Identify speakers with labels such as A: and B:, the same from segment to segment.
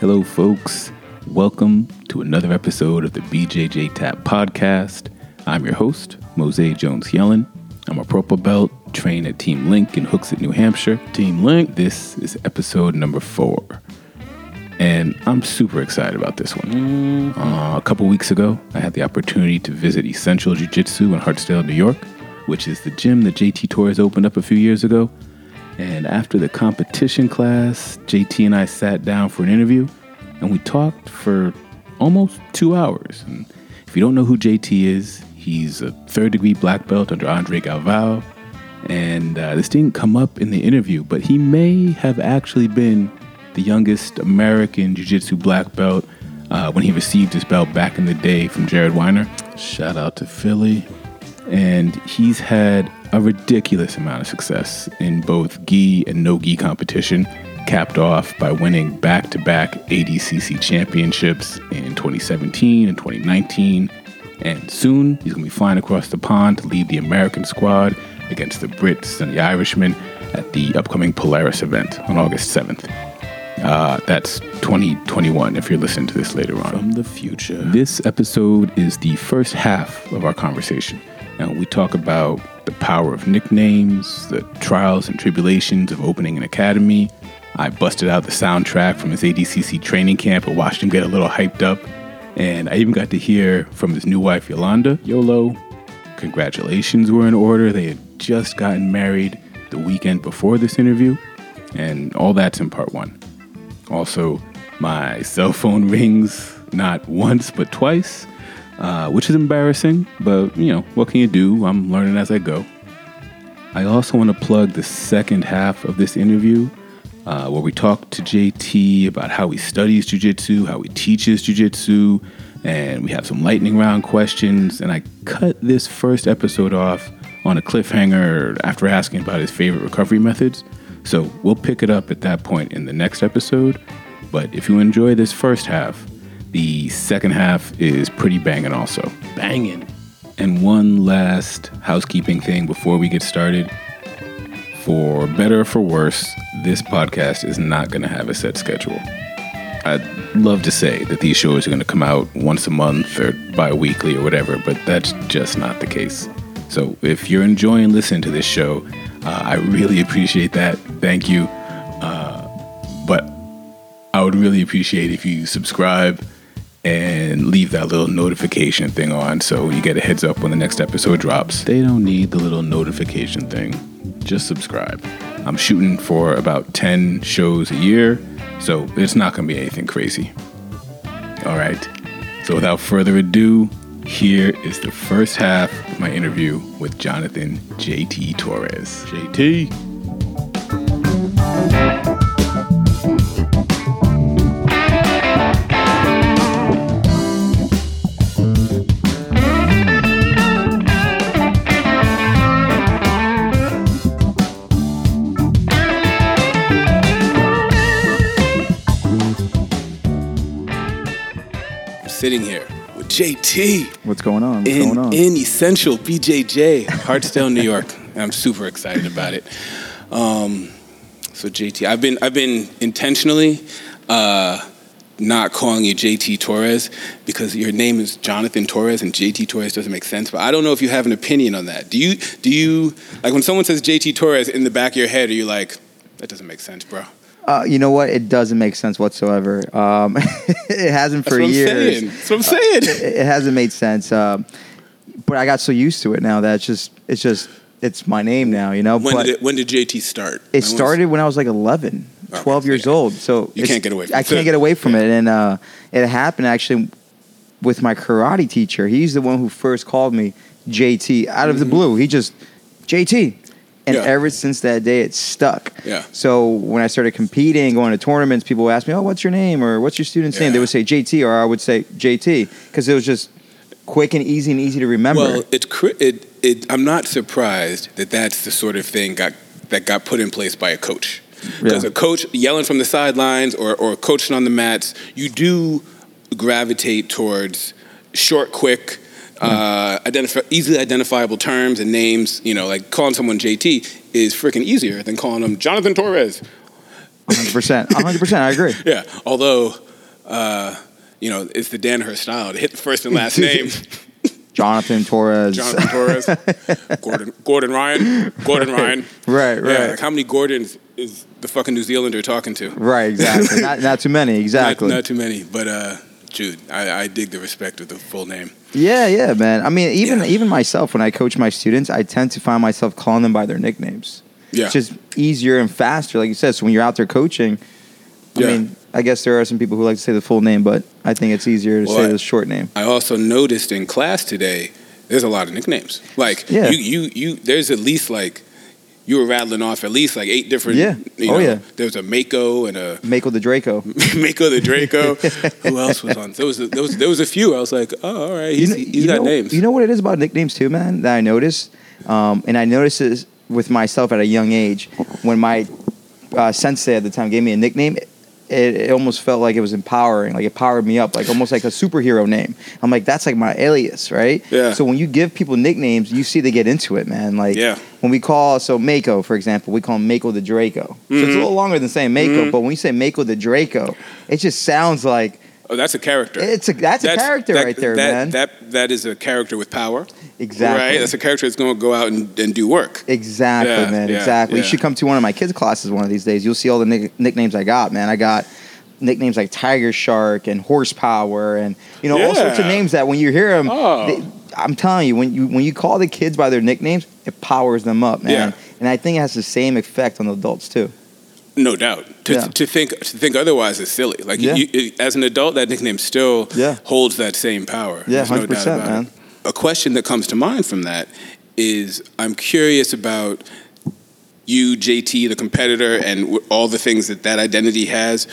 A: Hello, folks. Welcome to another episode of the BJJ Tap Podcast. I'm your host, Mose Jones Yellen. I'm a purple belt, trained at Team Link in Hooks at New Hampshire. Team Link, this is episode number four. And I'm super excited about this one. Uh, a couple weeks ago, I had the opportunity to visit Essential Jiu Jitsu in Hartsdale, New York, which is the gym that JT Torres opened up a few years ago. And after the competition class, JT and I sat down for an interview and we talked for almost two hours. And if you don't know who JT is, he's a third degree black belt under Andre Galvao. And uh, this didn't come up in the interview, but he may have actually been the youngest American Jiu Jitsu black belt uh, when he received his belt back in the day from Jared Weiner. Shout out to Philly and he's had a ridiculous amount of success in both gi and no gi competition, capped off by winning back to back ADCC championships in 2017 and 2019. And soon he's going to be flying across the pond to lead the American squad against the Brits and the Irishmen at the upcoming Polaris event on August 7th. Uh, that's 2021 if you're listening to this later on. From the future. This episode is the first half of our conversation. And we talk about the power of nicknames, the trials and tribulations of opening an academy. I busted out the soundtrack from his ADCC training camp and watched him get a little hyped up. And I even got to hear from his new wife, Yolanda. YOLO, Congratulations were in order. They had just gotten married the weekend before this interview, and all that's in part one. Also, my cell phone rings not once but twice, uh, which is embarrassing, but you know, what can you do? I'm learning as I go. I also want to plug the second half of this interview uh, where we talk to JT about how he studies jujitsu, how he teaches jujitsu, and we have some lightning round questions. And I cut this first episode off on a cliffhanger after asking about his favorite recovery methods. So we'll pick it up at that point in the next episode. But if you enjoy this first half, the second half is pretty banging also. Banging. And one last housekeeping thing before we get started. For better or for worse, this podcast is not going to have a set schedule. I'd love to say that these shows are going to come out once a month or bi weekly or whatever, but that's just not the case. So if you're enjoying listening to this show, uh, I really appreciate that. Thank you. Uh, but I would really appreciate if you subscribe and leave that little notification thing on so you get a heads up when the next episode drops. They don't need the little notification thing. Just subscribe. I'm shooting for about 10 shows a year, so it's not going to be anything crazy. All right. So without further ado, here is the first half of my interview with Jonathan JT Torres. JT. I'm sitting here with JT
B: What's going on? What's going
A: in,
B: on?
A: in Essential BJJ, Hartsdale, New York. And I'm super excited about it. Um, so JT, I've been I've been intentionally uh, not calling you JT Torres because your name is Jonathan Torres and JT Torres doesn't make sense. But I don't know if you have an opinion on that. Do you do you like when someone says JT Torres in the back of your head? Are you like that doesn't make sense, bro?
B: uh, you know what? It doesn't make sense whatsoever. Um, it hasn't
A: That's
B: for
A: what I'm
B: years. Uh,
A: saying. That's what I'm saying.
B: It, it hasn't made sense. Um, but I got so used to it now that it's just it's just it's my name now. You know,
A: when
B: but
A: did it, when did JT start?
B: it
A: When was- Oh,
B: started when I was like 11,
A: Okay,
B: 12 years
A: yeah.
B: old. So
A: You
B: it's-
A: can't get away from
B: I
A: it.
B: can't get away from it, and uh, it happened actually with my karate teacher. He's the one who first called me JT out of the blue. He just JT, and
A: Mm-hmm. Yeah.
B: ever since that day, it stuck.
A: Yeah.
B: So when I started competing, going to tournaments, people would ask me, "Oh, what's your name?" or "What's your student's name?" They
A: Yeah.
B: would say JT, or I would say JT because it was just quick and easy and easy to remember.
A: Well, it, cr- it, it, I'm not surprised that that's the sort of thing got, that got put in place by a coach. Because
B: Yeah.
A: a coach yelling from the sidelines or, or coaching on the mats, you do gravitate towards short, quick,
B: Mm.
A: uh, identif- easily identifiable terms and names. You know, like calling someone JT is freaking easier than calling them Jonathan Torres.
B: 100%. 100%. I agree.
A: Yeah, although uh, you know, it's the Danaher style to hit the first and last name.
B: Jonathan Torres.
A: Jonathan Torres, Gordon, Gordon Ryan, Gordon Ryan.
B: Right,
A: Yeah,
B: right.
A: like how many Gordons is the fucking New Zealander talking to?
B: right, exactly. not, not too many, exactly.
A: Not, not too many, but uh, Jude, I, I dig the respect of the full name.
B: Yeah, yeah, man. I mean, even
A: Yeah.
B: even myself, when I coach my students, I tend to find myself calling them by their nicknames.
A: Yeah.
B: It's just easier and faster, like you said. So when you're out there coaching, I
A: Yeah.
B: mean, I guess there are some people who like to say the full name, but I think it's easier to
A: Well,
B: say
A: I-
B: the short name.
A: I also noticed in class today, there's a lot of nicknames. Like
B: Yeah.
A: you, you, you. There's at least like you were rattling off at least like eight different.
B: Yeah.
A: You
B: Oh,
A: know,
B: yeah.
A: There was a Mako and a
B: Mako the Draco.
A: Mako the Draco. Who else was on? There was a, there was there was a few. I was like, oh, all right, he's,
B: kn-
A: he's got
B: know,
A: names.
B: You know what it is about nicknames too, man. That I noticed, um, and I noticed this with myself at a young age. When my uh, sensei at the time gave me a nickname, it, it almost felt like it was empowering. Like it powered me up, like almost like a superhero name. I'm like, that's like my alias, right?
A: Yeah.
B: So when you give people nicknames, you see they get into it, man. Like
A: Yeah.
B: when we call so Mako, for example, we call him Mako the Draco. So
A: Mm-hmm.
B: it's a little longer than saying Mako, but when you say Mako the Draco, it just sounds like
A: oh, that's a character.
B: it's a that's, a character
A: that-
B: right there,
A: that,
B: man.
A: That that is a character with power.
B: exactly.
A: Right. That's a character that's going to go out and, and do work.
B: Exactly,
A: Yeah,
B: man.
A: yeah,
B: exactly.
A: yeah.
B: You should come to one of my kids' classes one of these days. You'll see all the nick- nicknames I got, man. I got nicknames like Tiger Shark and Horsepower, and you know all sorts of
A: Yeah.
B: names that when you hear them,
A: Oh.
B: I'm telling you, when you when you call the kids by their nicknames, it powers them up, man. And I think it has the same effect on the adults too.
A: No doubt. To,
B: Yeah.
A: to think to think otherwise is silly. Like
B: Yeah.
A: you, you, as an adult, that nickname still
B: Yeah.
A: holds that same power.
B: Yeah,
A: There's no doubt
B: 100%,
A: about it.
B: man.
A: A question that comes to mind from that is, I'm curious about you, JT, the competitor, and w- all the things that that identity has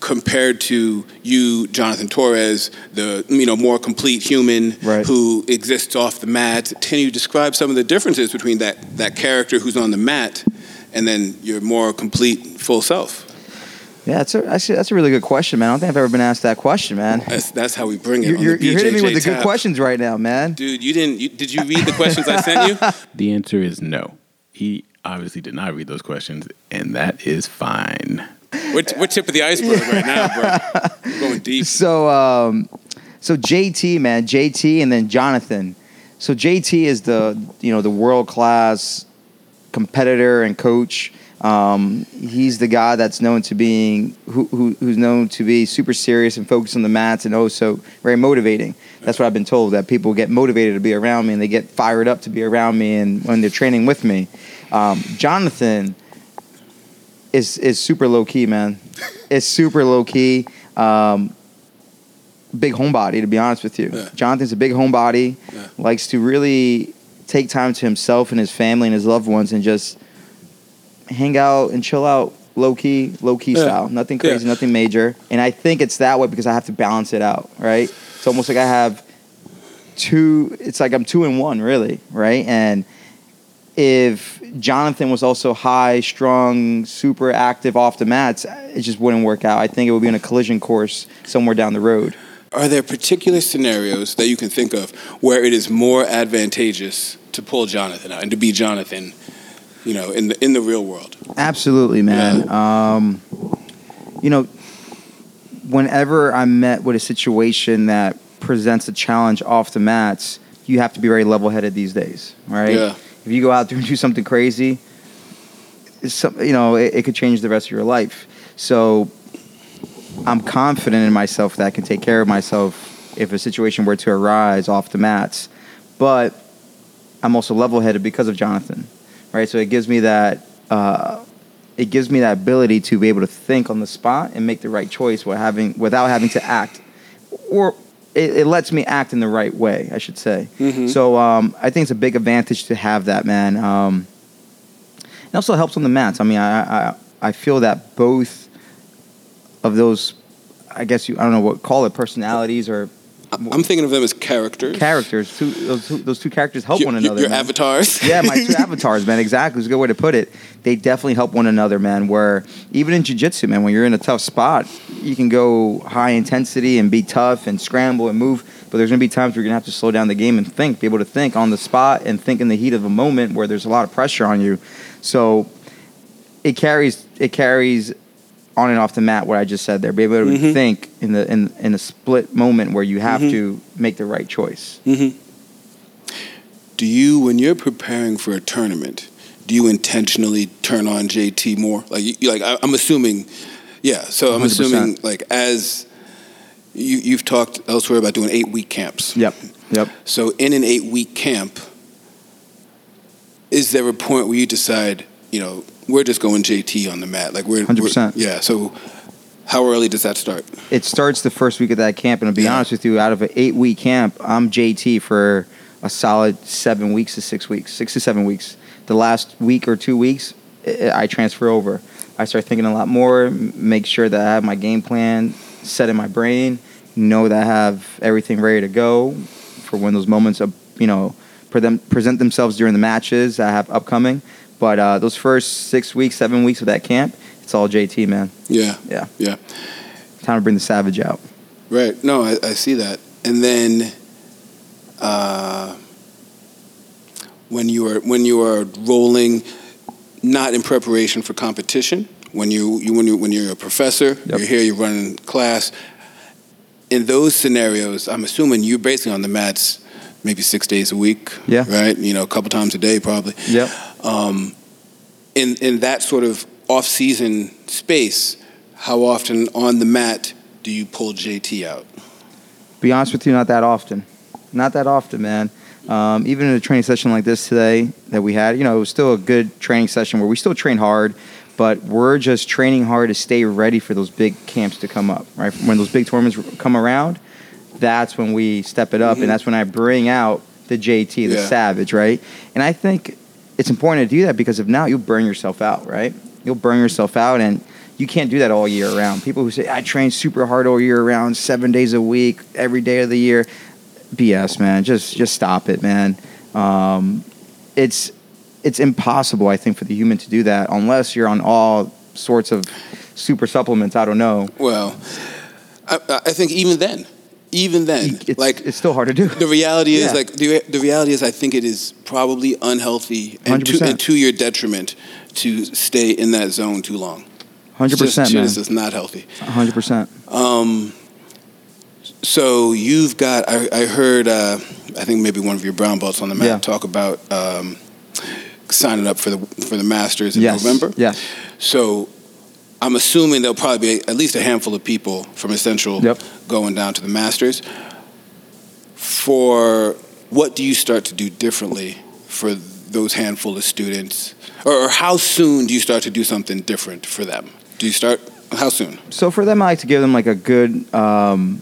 A: compared to you, Jonathan Torres, the you know more complete human
B: Right.
A: who exists off the mat. Can you describe some of the differences between that that character who's on the mat and then your more complete full self?
B: Yeah, that's a actually, that's a really good question, man. I don't think I've ever been asked that question, man.
A: That's that's how we bring it.
B: You're,
A: on
B: you're,
A: the
B: you're hitting me with
A: BJJ
B: the good
A: tab.
B: questions right now, man.
A: dude. You didn't? You, did you read the questions I sent you?
C: The answer is no. He obviously did not read those questions, and that is fine.
A: We're, t- we're tip of the iceberg right now, bro. We're going deep.
B: So, um, so JT, man, JT, and then Jonathan. So JT is the you know the world class competitor and coach. Um, he's the guy that's known to being who, who, who's known to be super serious and focused on the mats and also very motivating. That's what I've been told that people get motivated to be around me and they get fired up to be around me and when they're training with me. Um, Jonathan is is super low key, man. It's super low key. Um, big homebody, to be honest with you.
A: Yeah.
B: Jonathan's a big homebody.
A: Yeah.
B: Likes to really take time to himself and his family and his loved ones and just hang out and chill out low key, low key
A: Yeah.
B: style. Nothing
A: Yeah.
B: crazy, nothing major. And I think it's that way because I have to balance it out, right? It's almost like I have two it's like I'm two in one really, right? And if Jonathan was also high, strong, super active off the mats, it just wouldn't work out. I think it would be in a collision course somewhere down the road.
A: Are there particular scenarios that you can think of where it is more advantageous to pull Jonathan out and to be Jonathan, you know, in the in the real world?
B: Absolutely, man. Um, you know, whenever I'm met with a situation that presents a challenge off the mats, you have to be very level headed these days, right?
A: Yeah.
B: If you go out there and do something crazy, it's some, you know, it, it could change the rest of your life. So I'm confident in myself that I can take care of myself if a situation were to arise off the mats. But I'm also level headed because of Jonathan, right? So it gives me that. Uh, it gives me that ability to be able to think on the spot and make the right choice while having, without having to act, or it, it lets me act in the right way, I should say.
A: Mhm.
B: So um, I think it's a big advantage to have that, man. Um, it also helps on the mats. I mean, I, I I feel that both of those, I guess you, I don't know what call it, personalities or
A: I'm I'm thinking of them as characters.
B: characters. Two, those, two, those two characters help
A: Your-
B: one
A: your-
B: another.
A: Your
B: man.
A: avatars.
B: yeah, my two avatars, man. Exactly. It's a good way to put it. They definitely help one another, man. Where even in jiu-jitsu, man, when you're in a tough spot, you can go high intensity and be tough and scramble and move. But there's gonna be times where you're gonna have to slow down the game and think, be able to think on the spot and think in the heat of a moment where there's a lot of pressure on you. So it carries it carries on and off the mat what I just said there. Be able to
A: Mhm.
B: think in the in in a split moment where you have
A: Mm-hmm.
B: to make the right choice.
A: Do you, when you're preparing for a tournament, do you intentionally turn on JT more? Like, you, you- like I, I'm assuming, yeah. So I'm
B: 100%.
A: assuming, like, as you, you've talked elsewhere about doing eight week camps.
B: Yep. Yep.
A: So in an eight week camp, is there a point where you decide, you know, we're just going JT on the mat, like we're
B: 100%.
A: we're- yeah. So how early does that start?
B: It starts the first week of that camp, and to be
A: Yeah.
B: honest with you, out of an eight week camp, I'm JT for a solid seven weeks to six weeks, six to seven weeks. The last week or two weeks, I I transfer over. I start thinking a lot more, m- make sure that I have my game plan set in my brain, know that I have everything ready to go for when those moments, of, you know, for them present themselves during the matches I have upcoming. But uh, those first six weeks, seven weeks of that camp, it's all JT, man.
A: Yeah.
B: Yeah.
A: Yeah.
B: Time to bring the savage out.
A: Right. No, I, I see that. And then, uh, when you are when you are rolling, not in preparation for competition, when you, you when you when you're a professor,
B: Yep.
A: you're here, you're running class. In those scenarios, I'm assuming you're basically on the mats, maybe six days a week.
B: Yeah.
A: Right. You know, a couple times a day, probably.
B: Yep.
A: Um, in in that sort of off season space, how often on the mat do you pull JT out?
B: be honest with you, not that often. Not that often, man. Um, even in a training session like this today that we had, you know, it was still a good training session where we still train hard, but we're just training hard to stay ready for those big camps to come up, right? When those big tournaments come around, that's when we step it up, and that's when I bring out the JT, the
A: Yeah.
B: Savage, right? And I think it's important to do that because if not, you'll burn yourself out, right? You'll burn yourself out, and you can't do that all year round. People who say I train super hard all year round, seven days a week, every day of the year, BS, man. Just just stop it, man. Um, it's it's impossible, I think, for the human to do that unless you're on all sorts of super supplements. I don't know.
A: Well, I, I think even then, even then,
B: It's,
A: like
B: it's still hard to do.
A: the reality is,
B: Yeah.
A: like the, the reality is, I think it is probably unhealthy and to,
B: 100%.
A: and to your detriment to stay in that zone too long.
B: Hundred percent, man.
A: It's just not healthy.
B: Hundred percent.
A: Um, so you've got. I, I heard. Uh, I think maybe one of your brown belts on the mat
B: Yeah.
A: talk about um, signing up for the for the Masters in
B: Yes.
A: November.
B: Yes.
A: So I'm assuming there'll probably be at least a handful of people from Essential
B: Yep.
A: going down to the Masters. For what do you start to do differently for those handful of students? Or, or how soon do you start to do something different for them? Do you start, how soon?
B: so for them, I like to give them like a good, um,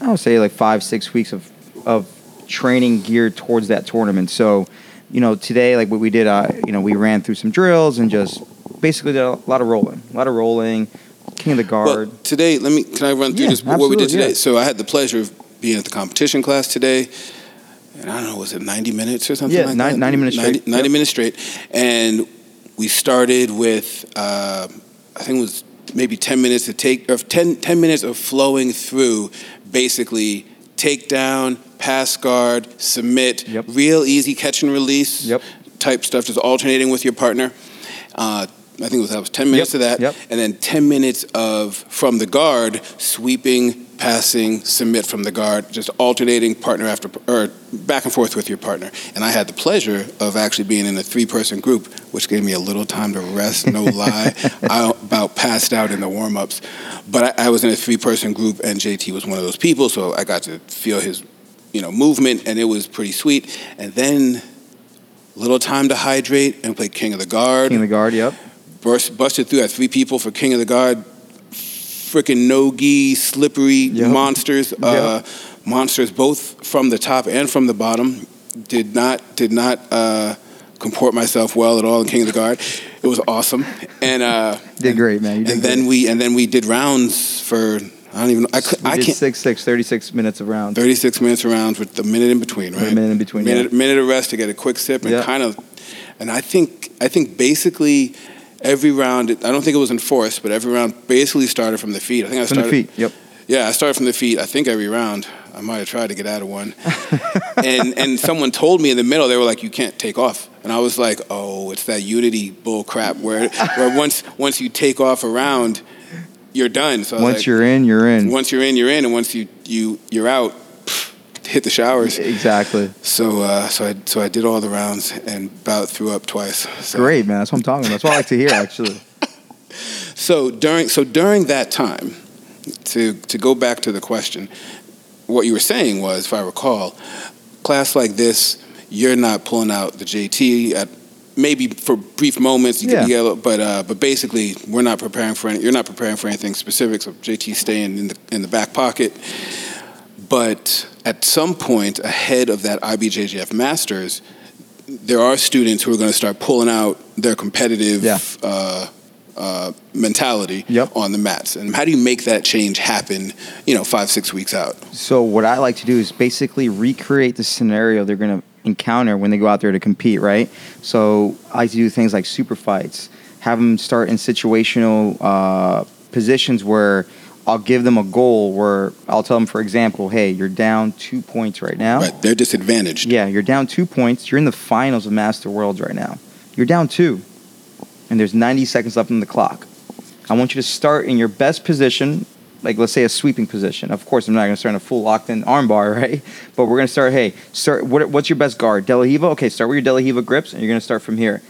B: I would say like five, six weeks of of training geared towards that tournament. So, you know, today like what we did, uh, you know, we ran through some drills and just basically did a lot of rolling, a lot of rolling, king of the guard.
A: Well, today, let me, can I run through
B: Yeah,
A: this, what we did
B: absolutely,
A: today?
B: yeah.
A: So I had the pleasure of being at the competition class today. And I don't know, was it 90 minutes or something
B: Yeah,
A: like
B: nine-
A: that?
B: 90 minutes straight.
A: 90
B: Yep.
A: minutes straight. And we started with, uh, I think it was maybe 10 minutes to take, or 10, 10 minutes of flowing through basically takedown, pass guard, submit,
B: Yep.
A: real easy catch and release
B: Yep.
A: type stuff, just alternating with your partner. Uh, I think it was, that was 10 minutes
B: Yep,
A: of that.
B: yep.
A: And then 10 minutes of from the guard, sweeping, passing, submit from the guard, just alternating partner after, or back and forth with your partner. And I had the pleasure of actually being in a three person group, which gave me a little time to rest, no lie. I about passed out in the warm ups. But I, I was in a three person group, and JT was one of those people, so I got to feel his you know, movement, and it was pretty sweet. And then little time to hydrate and play King of the Guard.
B: King of the guard, yep.
A: Burst, busted through at three people for King of the Guard. Freaking no gi, slippery
B: Yep.
A: monsters, uh, monsters both from the top and from the bottom. Did not did not uh, comport myself well at all in King of the Guard. It was awesome, and uh,
B: Did great, man. You did
A: and then we and then we did rounds for I don't even I, cou-
B: we
A: I
B: did
A: can't
B: six, six, 36 minutes of rounds.
A: thirty six minutes of rounds with a minute in between, right?
B: A minute in between. yeah.
A: minute, minute of rest to get a quick sip and
B: Yeah.
A: kind of and i think i think basically every round i don't think it was enforced but every round basically started from the feet i think i
B: From the
A: started
B: feet, yep.
A: yeah i started from the feet i think every round i might have tried to get out of one and and someone told me in the middle they were like you can't take off and i was like oh it's that unity bull crap where, where once once you take off around you're done. So I was
B: Once
A: like,
B: you're in, you're in.
A: once you're in, you're in, and once you you you're out, pff, hit the showers.
B: Exactly.
A: So uh, so I so I did all the rounds and about threw up twice. So,
B: Great, man. That's what I'm talking about. That's what I like to hear, actually.
A: So during so during that time, to to go back to the question, what you were saying was, if I recall, class like this, you're not pulling out the JT at maybe for brief moments you
B: Yeah.
A: can be yellow, but uh, but basically we're not preparing for any, you're not preparing for anything specific. So JT staying in the in the back pocket. But at some point ahead of that IBJJF Masters, there are students who are going to start pulling out their competitive
B: Yeah.
A: uh, uh, mentality
B: Yep.
A: on the mats. And how do you make that change happen? You know, five six weeks out.
B: So what I like to do is basically recreate the scenario they're going to encounter when they go out there to compete, right? So I like to do things like super fights, have them start in situational uh, positions where I'll give them a goal where I'll tell them, for example, hey, you're down two points right now.
A: Right, they're disadvantaged.
B: Yeah, you're down two points. You're in the finals of Master Worlds right now. You're down two, and there's 90 seconds left on the clock. I want you to start in your best position, like let's say a sweeping position. Of course, I'm not going to start in a full locked in armbar, right? But we're going to start. Hey, start. What, what's your best guard? Delahiva. Okay, start with your Delahiva grips, and you're going to start from here.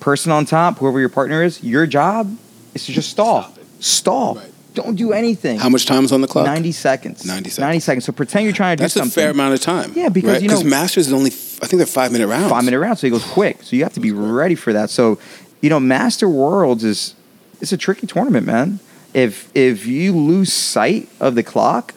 B: Person on top, whoever your partner is, your job is to just stall.
A: Stop
B: Stall.
A: Right.
B: Don't do anything.
A: How much time is on the clock?
B: 90 seconds.
A: 90 seconds.
B: So pretend you're trying to
A: That's
B: do
A: a
B: something.
A: fair amount of time.
B: Yeah, because, you know-
A: Masters is only f- I think they're five minute rounds.
B: five minute round, so he goes quick. So you have to be ready for that. So, you know, Master Worlds is it's a tricky tournament, man. If if you lose sight of the clock,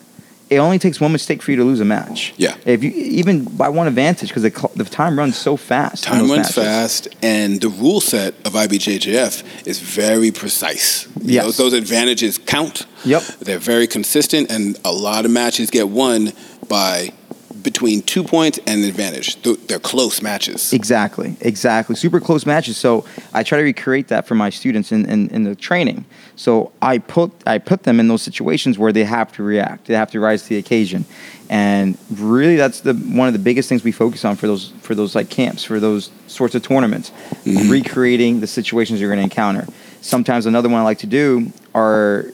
B: it only takes one mistake for you to lose a match.
A: Yeah.
B: If you even by one advantage because the cl- the time runs so fast. in
A: Time
B: those
A: runs
B: matches.
A: fast, and the rule set of IBJJF is very precise. You
B: Yes.
A: know, those advantages count.
B: Yep.
A: They're very consistent, and a lot of matches get won by between two points and an advantage. Th- They're close matches.
B: Exactly, exactly. Super close matches. So I try to recreate that for my students in, in, in the training. So I put I put them in those situations where they have to react. They have to rise to the occasion. And really that's the one of the biggest things we focus on for those for those like camps, for those sorts of tournaments. Recreating the situations you're gonna encounter. Sometimes another one I like to do are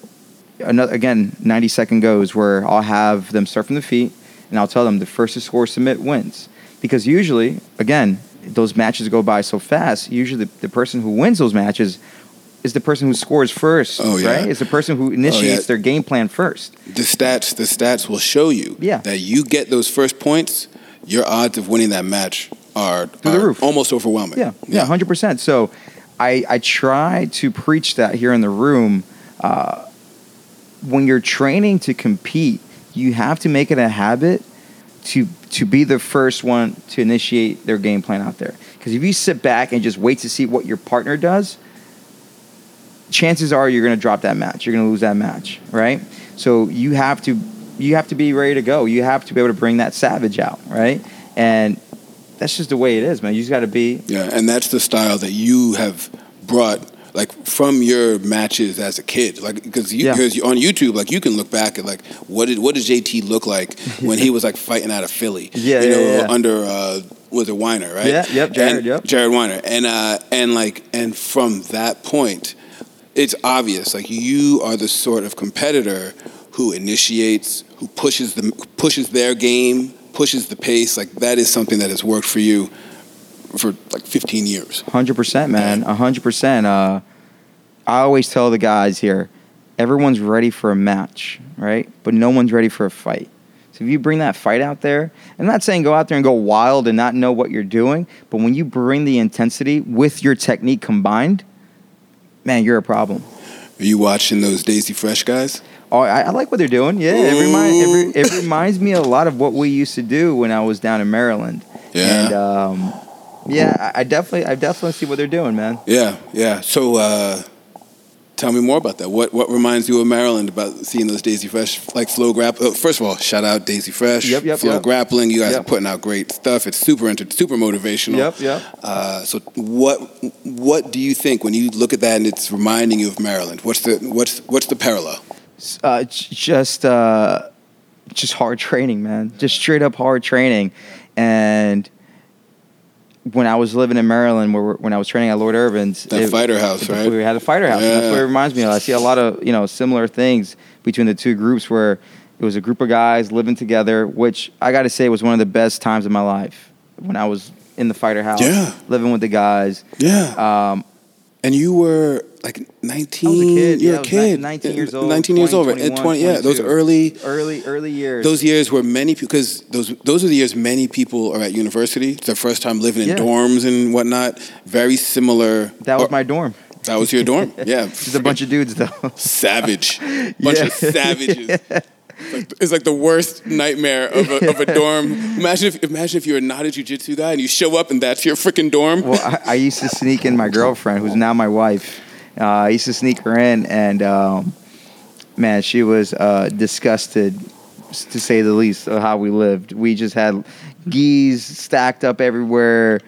B: another again 90 second goes where I'll have them start from the feet and I'll tell them the first to score submit wins because usually again those matches go by so fast usually the, the person who wins those matches is the person who scores first
A: Oh, yeah. Oh,
B: right is the person who initiates their game plan first
A: The stats, the stats will show you
B: Yeah.
A: that you get those first points, your odds of winning that match are,
B: Through the
A: are
B: roof.
A: almost overwhelming.
B: yeah yeah 100% so I, I try to preach that here in the room uh, when you're training to compete you have to make it a habit to to be the first one to initiate their game plan out there. Because if you sit back and just wait to see what your partner does, chances are you're going to drop that match. You're going to lose that match, right? So you have to you have to be ready to go. You have to be able to bring that savage out, right? And that's just the way it is, man. You just got to be
A: Yeah, and that's the style that you have brought, like from your matches as a kid, like because you,
B: Yeah.
A: 'cause you- on YouTube, like you can look back at like what did what did JT look like when he was like fighting out of Philly,
B: Yeah,
A: you
B: yeah,
A: know,
B: yeah.
A: under uh, was it Weiner, right?
B: Yeah, yep, Jared,
A: And-
B: yep.
A: Jared Weiner, and uh, and like and from that point, it's obvious like you are the sort of competitor who initiates, who pushes the pushes their game, pushes the pace, like that is something that has worked for you for like 15 years.
B: Hundred percent, man. hundred percent. Uh, I always tell the guys here, everyone's ready for a match, right? But no one's ready for a fight. So if you bring that fight out there, I'm not saying go out there and go wild and not know what you're doing, but when you bring the intensity with your technique combined, man, you're a problem.
A: Are you watching those Daisy Fresh guys?
B: Oh, I, I like what they're doing. Yeah, it, remind, it, re- it reminds me a lot of what we used to do when I was down in Maryland.
A: Yeah.
B: And um, yeah, I, I definitely, I definitely see what they're doing, man.
A: Yeah, yeah. So uh, tell me more about that. What what reminds you of Maryland about seeing those Daisy Fresh like flow grapple? First of all, shout out Daisy Fresh.
B: Yep, yep,
A: Flow
B: yep.
A: grappling. You guys
B: Yep.
A: are putting out great stuff. It's super inter- super motivational.
B: Yep, yep.
A: Uh, so what what do you think when you look at that and it's reminding you of Maryland? What's the what's what's the parallel?
B: uh, j- just uh, just hard training, man. Just straight up hard training, and when I was living in Maryland, where when I was training at Lord Irvin's,
A: That fighter house, right?
B: We had a fighter house. and That's what it
A: Yeah.
B: reminds me of. I see a lot of you know similar things between the two groups where it was a group of guys living together, which I got to say was one of the best times of my life when I was in the fighter house,
A: Yeah.
B: living with the guys.
A: Yeah.
B: Um,
A: And you were like 19.
B: I was a
A: You're
B: kid. yeah,
A: a
B: I was
A: kid.
B: ni- 19 years old.
A: 19 years
B: 20,
A: old. And
B: 21,
A: 20, yeah, those
B: 22.
A: early,
B: early early years.
A: those years where many, because those, those are the years many people are at university. It's their first time living in
B: Yeah.
A: dorms and whatnot. Very similar.
B: that was
A: or-
B: my dorm.
A: That was your dorm. Yeah.
B: Just a bunch of dudes though.
A: savage, bunch
B: Yeah.
A: of savages. It's like- It's like the worst nightmare of a, of a dorm. Imagine if imagine if you're not a jujitsu guy and you show up and that's your freaking dorm.
B: well, I, I used to sneak in my girlfriend, who's now my wife. Uh, I used to sneak her in, and um, man, she was uh, disgusted, s- to say the least, of how we lived. We just had geese stacked up everywhere,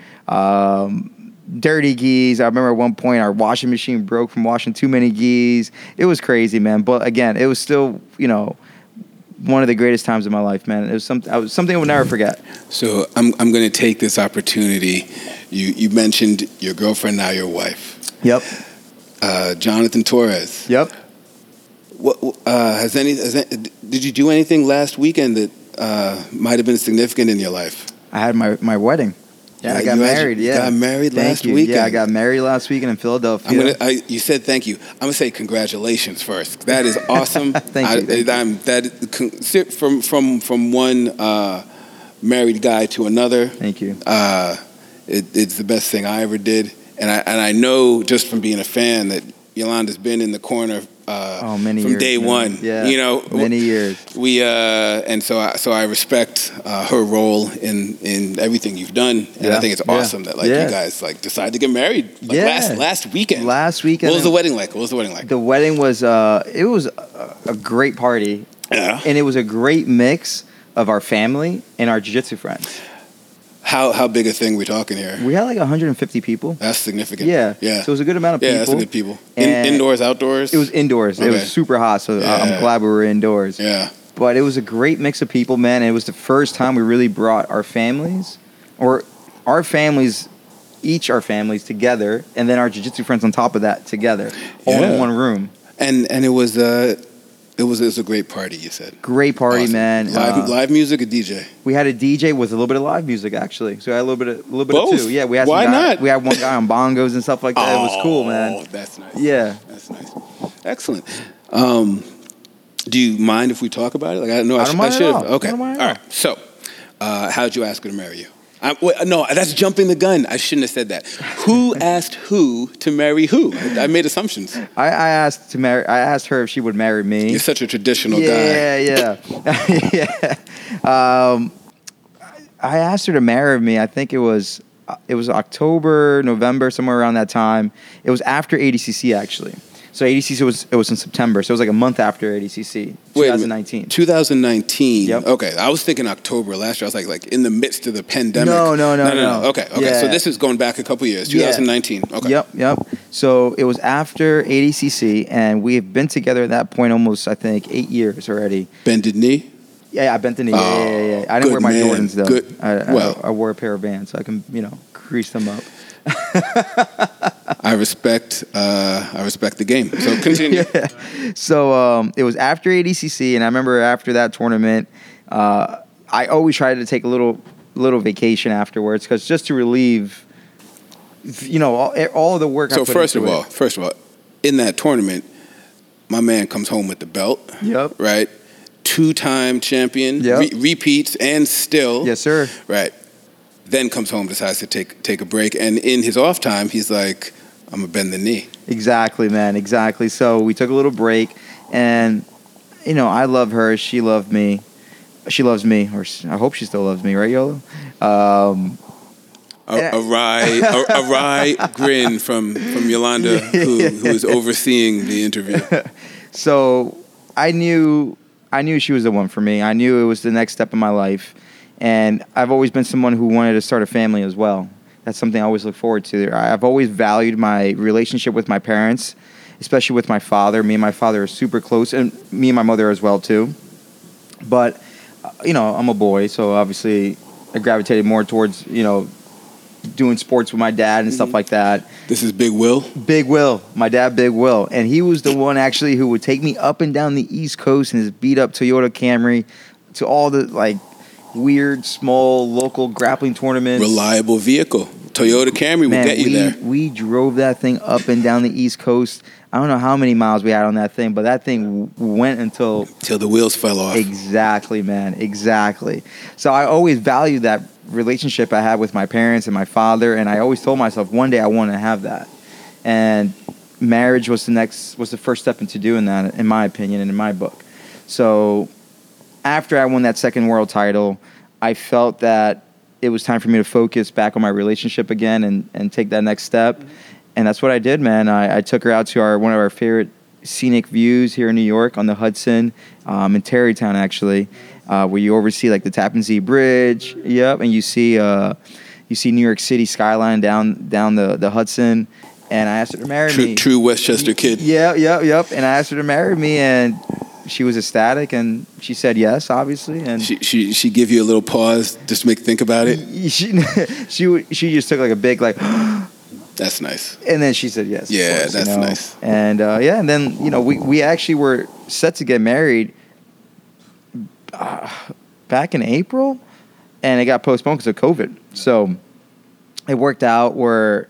B: um, dirty geese. I remember at one point our washing machine broke from washing too many geese. It was crazy, man. But again, it was still, you know. One of the greatest times of my life, man. It was something. I was, something I would never forget.
A: So I'm I'm going to take this opportunity. You you mentioned your girlfriend now your wife,
B: Yep.
A: uh, Jonathan Torres.
B: Yep.
A: What uh, has any has, any- did you do anything last weekend that uh, might have been significant in your life?
B: I had my, my wedding. Yeah, I got
A: you had-
B: married.
A: you
B: Yeah,
A: got married
B: Thank
A: last
B: you.
A: weekend.
B: Yeah, I got married last weekend in Philadelphia.
A: I'm gonna. I, you said thank you. I'm gonna say congratulations first. That is awesome.
B: Thank
A: I,
B: you, thank you.
A: I'm, that con- si- from from from one uh, married guy to another.
B: Thank you.
A: Uh, it, it's the best thing I ever did, and I and I know just from being a fan that Yolanda's been in the corner. Uh,
B: Oh, many
A: from
B: years,
A: day
B: man.
A: one.
B: Yeah,
A: you know
B: many years.
A: we uh, and so I, so I respect uh, her role in in everything you've done, and I
B: Yeah.
A: think it's
B: Yeah.
A: awesome that like
B: Yeah.
A: you guys like decide to get married like,
B: Yeah.
A: last last weekend.
B: Last weekend,
A: What was the wedding like? What was the wedding like?
B: The wedding was uh, it was a, a great party,
A: Yeah.
B: and it was a great mix of our family and our jiu-jitsu friends.
A: How how big a thing we talking here?
B: We had like 150 people.
A: That's significant.
B: Yeah,
A: yeah,
B: So it was a good amount of
A: yeah.
B: people.
A: That's a good people. In,
B: And-
A: indoors, outdoors.
B: It was indoors. It
A: Okay.
B: was super hot, so I-
A: Yeah.
B: I'm glad we were indoors.
A: yeah.
B: But it was a great mix of people, man. And it was the first time we really brought our families, or our families, each our families together, and then our jiu-jitsu friends on top of that together, all
A: Yeah.
B: in one room.
A: And and it was uh, it was it was a great party. You said
B: Great party,
A: Awesome.
B: man.
A: Live,
B: Uh,
A: live music, a DJ.
B: we had a DJ with a little bit of live music actually, so we had a little bit, of, a little bit
A: Both?
B: of two. Yeah, we had
A: Why
B: some guy,
A: not?
B: We had one guy on bongos and stuff like that. it was cool,
A: Oh,
B: man.
A: That's nice.
B: Yeah.
A: That's nice. Excellent. Um, do you mind if we talk about it? Like I know I,
B: I don't
A: should-
B: mind at
A: should.
B: all. I
A: Okay.
B: don't mind at
A: all right. So, uh, how'd you ask her to marry you? I, wait, no, that's jumping the gun. I shouldn't have said that. Who asked who to marry who? I, I made assumptions.
B: I, I asked to marry. I asked her if she would marry me.
A: You're such a traditional guy.
B: yeah, Yeah, yeah, Um, I asked her to marry me. I think it was it was October, November, somewhere around that time. It was after ADCC actually. So ADCC was it was in September. So it was like a month after ADCC,
A: Wait a minute.
B: 2019.
A: 2019.
B: Yep.
A: Okay, I was thinking October last year. I was like, like in the midst of the pandemic.
B: No, no, no, no.
A: Okay, okay. So
B: Yeah.
A: this is going back a couple years.
B: Yeah.
A: 2019. Okay.
B: Yep, yep. So it was after ADCC, and we have been together at that point almost, I think, eight years already.
A: Bended knee.
B: Yeah, yeah, I bent the knee. yeah, yeah, yeah, yeah. I didn't
A: Oh, good
B: wear my
A: man.
B: Jordans though.
A: Good-
B: I, I,
A: well.
B: I wore a pair of Vans, so I can you know crease them up.
A: I respect. Uh, I respect the game. So continue.
B: So um, it was after ADCC, and I remember after that tournament, uh, I always tried to take a little little vacation afterwards because just to relieve, you know, all, eh, all the work. I
A: So
B: put
A: first of
B: into it.
A: all, first of all, in that tournament, my man comes home with the belt,
B: yep,
A: right? Two-time champion,
B: Yep.
A: re- repeats and still,
B: yes, sir.
A: right? Then comes home, decides to take take a break, and in his off time, he's like, "I'm gonna bend the knee."
B: Exactly, man. Exactly. So we took a little break, and you know, I love her. She loved me. She loves me, or s- I hope she still loves me, right, Yolo? Um,
A: A,
B: Yeah.
A: a wry, a, a wry grin from from Yolanda, who who is overseeing the interview.
B: so I knew, I knew she was the one for me. I knew it was the next step in my life, and I've always been someone who wanted to start a family as well. That's something I always look forward to. I- I've always valued my relationship with my parents, especially with my father. Me and my father are super close, and me and my mother as well too. But uh, you know, I'm a boy, so obviously I gravitated more towards you know doing sports with my dad and stuff like that.
A: This is Big Will.
B: Big Will, my dad, Big Will, and he was the one actually who would take me up and down the East Coast in his beat up Toyota Camry to all the like weird small local grappling tournaments.
A: Reliable vehicle. Toyota Camry will
B: Man,
A: get you
B: we,
A: there.
B: we drove that thing up and down the East Coast. I don't know how many miles we had on that thing, but that thing w- went until
A: Till the wheels fell off.
B: Exactly, man. Exactly. So I always valued that relationship I had with my parents and my father, and I always told myself one day I want to have that. And marriage was the next was the first step into doing that, in my opinion, and in my book. So after I won that second world title, I felt that it was time for me to focus back on my relationship again and, and take that next step. And that's what I did, man. I, I took her out to our one of our favorite scenic views here in New York on the Hudson, um, in Tarrytown actually, uh, where you oversee like the Tappan Zee Bridge. Yep, and you see uh, you see New York City skyline down down the, the Hudson. And I asked her to marry
A: True,
B: me.
A: true Westchester kid.
B: Yeah, yep, yep. And I asked her to marry me, and she was ecstatic, and she said yes, obviously. And she
A: She, she she give you a little pause just to make think about it.
B: she she, would- she just took like a big like, oh, and
A: That's nice.
B: then she said yes. of
A: Yeah,
B: course, you
A: that's
B: know.
A: nice.
B: And uh, yeah, and then you know we we actually were set to get married uh, back in April, and it got postponed because of COVID. So it worked out where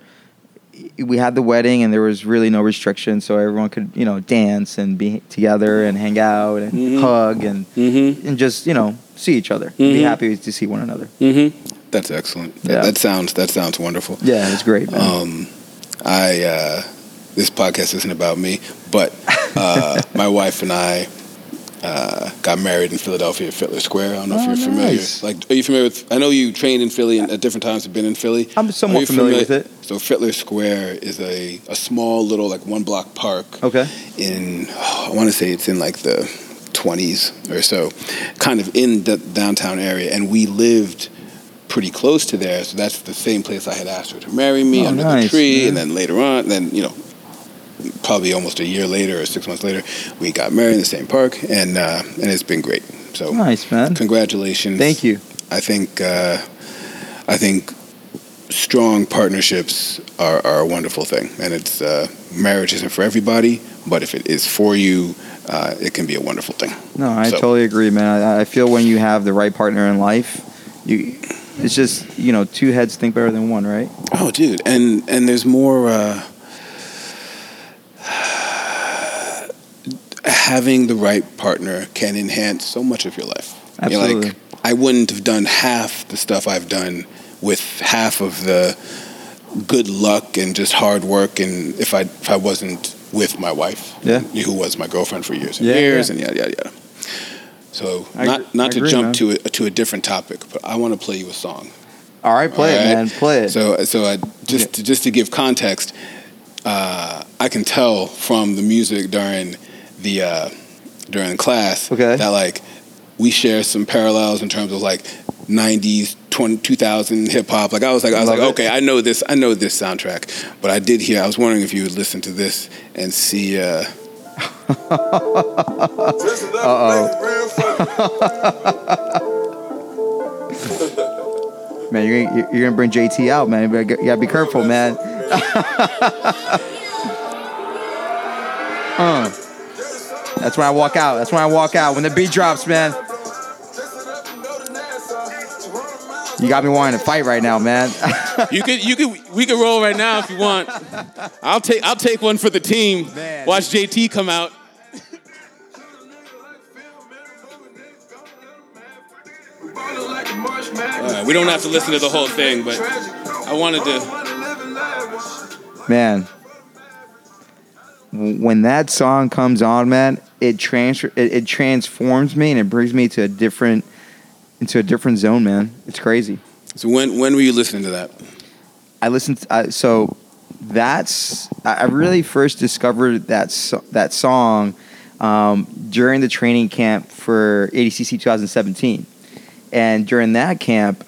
B: we had the wedding and there was really no restrictions, so everyone could you know dance and be together and hang out and
A: Mhm.
B: hug and
A: Mm-hmm.
B: and just you know see each other, be
A: Mhm.
B: happy to see one another.
A: Mm-hmm. That's excellent. That,
B: Yeah.
A: that sounds that sounds wonderful.
B: Yeah, it's great, man.
A: Um, I uh, this podcast isn't about me, but uh, my wife and I uh, got married in Philadelphia at Fiddler Square. I don't know if
B: Oh,
A: you're familiar.
B: nice.
A: Like, are you familiar with? I know you trained in Philly and at different times have been in Philly.
B: I'm somewhat
A: Are you
B: familiar with it.
A: So Fiddler Square is a, a small little like one block park
B: okay,
A: in I want to say it's in like the 20s or so, kind of in the downtown area, and we lived pretty close to there. So that's the same place I had asked her to marry me
B: Oh,
A: under
B: nice,
A: the tree,
B: man.
A: and then later on, then you know, probably almost a year later or six months later, we got married in the same park, and uh, and it's been great. So
B: nice man.
A: congratulations!
B: Thank you.
A: I think uh, I think strong partnerships are, are a wonderful thing, and it's uh, marriage isn't for everybody, but if it is for you, uh, it can be a wonderful thing.
B: No, I
A: So-
B: totally agree, man. I, I feel when you have the right partner in life, you it's just you know two heads think better than one, right?
A: Oh, dude, and and there's more. Uh, having the right partner can enhance so much of your life. You're
B: Absolutely.
A: like, I wouldn't have done half the stuff I've done with half of the good luck and just hard work, and if I if I wasn't with my wife,
B: Yeah.
A: who was my girlfriend for years and
B: Yeah,
A: years,
B: yeah.
A: and yada yada yada. So
B: I
A: not
B: agree- I
A: not to
B: agree,
A: jump
B: man.
A: to a, to a different topic, but I want to play you a song.
B: All right, play it,
A: All right.
B: man. Play it.
A: So, so I, just to, just to give context, uh, I can tell from the music during the uh, during class
B: Okay.
A: that like we share some parallels in terms of like '90s, 20, 2000 hip hop. Like I was like I was
B: Love
A: like
B: it.
A: okay, I know this, I know this soundtrack, but I did hear. I was wondering if you would listen to this and see. Uh,
D: Uh-oh.
B: man, you're gonna, you're gonna bring JT out, man. You better get- you gotta be careful, man. Uh. That's when I walk out. That's when I walk out. When the beat drops, man. You got me wanting to fight right now, man.
A: you could you could we could roll right now if you want. I'll take I'll take one for the team.
B: Man.
A: Watch JT come out. Uh, we don't have to listen to the whole thing, but I wanted to.
B: man when that song comes on man it trans it, it transforms me and it brings me to a different into a different zone man it's crazy
A: So when when were you listening to that?
B: i listened to, I, so that's i I really first discovered that so, that song um, during the training camp for adcc 2017 and during that camp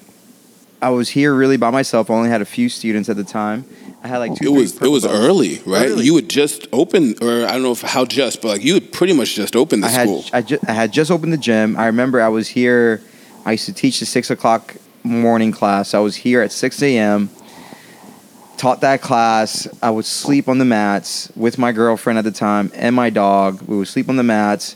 B: i was here really by myself I only had a few students at the time i had like two
A: It
B: three
A: was it
B: purple
A: was
B: belts.
A: early, right?
B: Early.
A: You had just opened, or I don't know if, how just, but like you had pretty much just opened the
B: I had
A: school.
B: I, ju- I had just opened the gym. I remember I was here. I used to teach the six o'clock morning class. I was here at six a.m. taught that class. I would sleep on the mats with my girlfriend at the time and my dog. We would sleep on the mats.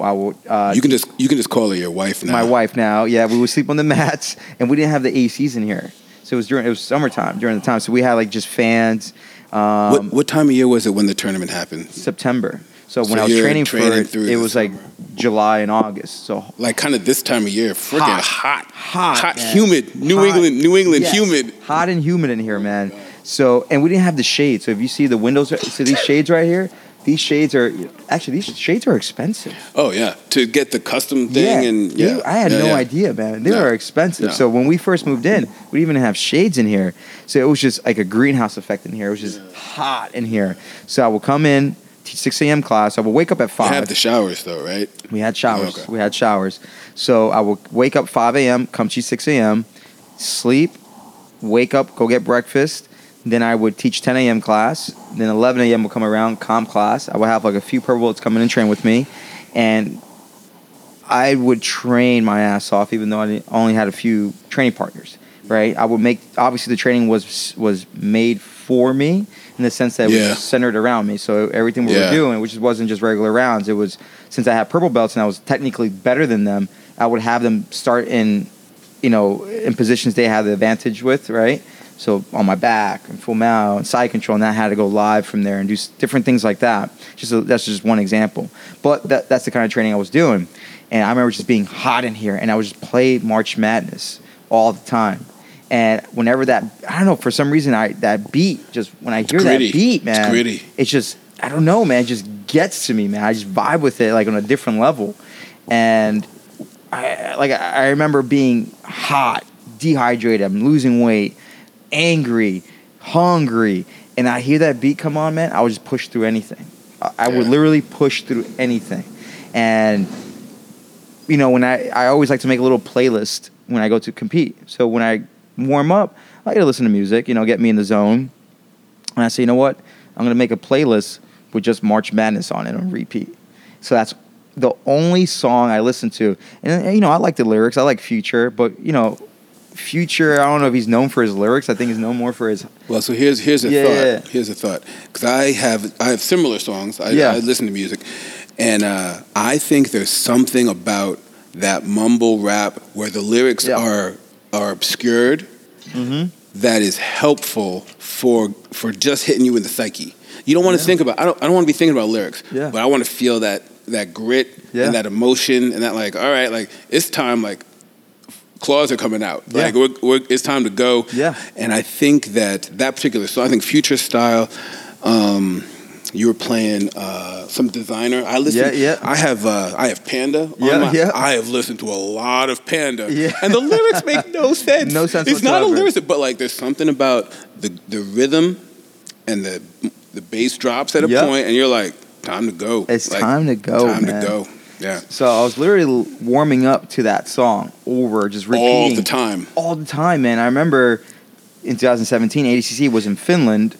B: I would, uh,
A: You can just you can just call her your wife now.
B: my wife now. Yeah, we would sleep on the mats, and we didn't have the ACs in here, so it was during it was summertime during the time. So we had like just fans. Um,
A: What, what time of year was it when the tournament happened?
B: September. So when
A: So
B: I was
A: you're
B: training, for
A: training
B: it,
A: through
B: it
A: the
B: was like
A: summer.
B: July and August. So
A: Like kind of this time of year, freaking
B: Hot.
A: hot, hot,
B: Hot, man.
A: humid, New
B: Hot.
A: England, New England,
B: Yes.
A: humid.
B: hot and humid in here, man. So and we didn't have the shade. So if you see the windows, so these shades right here, these shades are actually these shades are expensive.
A: Oh yeah, to get the custom thing and
B: dude,
A: yeah,
B: I had
A: Yeah,
B: no
A: yeah.
B: idea, man. They
A: No.
B: were expensive.
A: No.
B: So when we first moved in, we didn't even have shades in here. So it was just like a greenhouse effect in here. It was just hot in here. So I would come in, teach six a.m. class. I would wake up at
A: You
B: five.
A: have the showers though, right?
B: We had showers.
A: Okay.
B: We had showers. So I would wake up 5 a.m., come to 6 a.m., sleep, wake up, go get breakfast. Then I would teach 10 a.m. class. Then 11 a.m. would come around, calm class. I would have like a few purple belts coming and train with me. And I would train my ass off, even though I didn't- only had a few training partners, right? I would make, obviously, the training was was made for me in the sense that it
A: Yeah.
B: was centered around me. So everything we were
A: Yeah.
B: doing, which wasn't just regular rounds, it was since I had purple belts and I was technically better than them, I would have them start in, you know, in positions they had the advantage with, right? So on my back and full mount and side control, and I had to go live from there and do s- different things like that. Just a, that's just one example, but that, that's the kind of training I was doing, and I remember just being hot in here, and I would just play March Madness all the time. And whenever that, I don't know, for some reason, I that beat just when I hear
A: gritty.
B: that beat,
A: It's
B: man,
A: gritty.
B: it's just I don't know, man. It just gets to me, man. I just vibe with it like on a different level, and I like I I remember being hot, dehydrated. I'm losing weight, angry, hungry, and I hear that beat come on, man. I would just push through anything. I, I would
A: Yeah.
B: literally push through anything, and you know when I I always like to make a little playlist when I go to compete. So when I warm up, I like to listen to music. You know, get me in the zone. And I say, you know what? I'm going to make a playlist with just March Madness on it on repeat. So that's the only song I listen to. And, and, you know, I like the lyrics. I like Future, but, you know, Future, I don't know if he's known for his lyrics. I think he's known more for his.
A: Well, so here's here's a
B: Yeah,
A: thought.
B: yeah, yeah.
A: Here's a thought because I have I have similar songs. I,
B: Yeah.
A: I listen to music, and uh, I think there's something about that mumble rap where the lyrics
B: Yeah. Mm-hmm.
A: are are obscured that is helpful for for just hitting you in the psyche. You don't want to think about. I don't. I don't want to be thinking about lyrics.
B: Yeah.
A: But I want to feel that that grit
B: Yeah.
A: and that emotion and that like all right like it's time like claws are coming out.
B: Yeah.
A: Like we're, we're, it's time to go.
B: Yeah.
A: And I think that that particular song, I think Future Style, um, you were playing uh, some designer. I listen.
B: Yeah, yeah.
A: I have uh, I have Panda. on
B: Yeah,
A: my-
B: yeah.
A: I have listened to a lot of Panda.
B: Yeah.
A: And the lyrics make no sense.
B: No sense
A: It's not a
B: whatsoever.
A: lyric, but like there's something about the the rhythm and the the bass drops at a
B: Yeah.
A: point, and you're like, time to go.
B: It's
A: Like,
B: time to go,
A: Time
B: man.
A: to go. Yeah.
B: So I was literally warming up to that song over just repeating.
A: All the time.
B: all the time, man. I remember in 2017, ADCC was in Finland,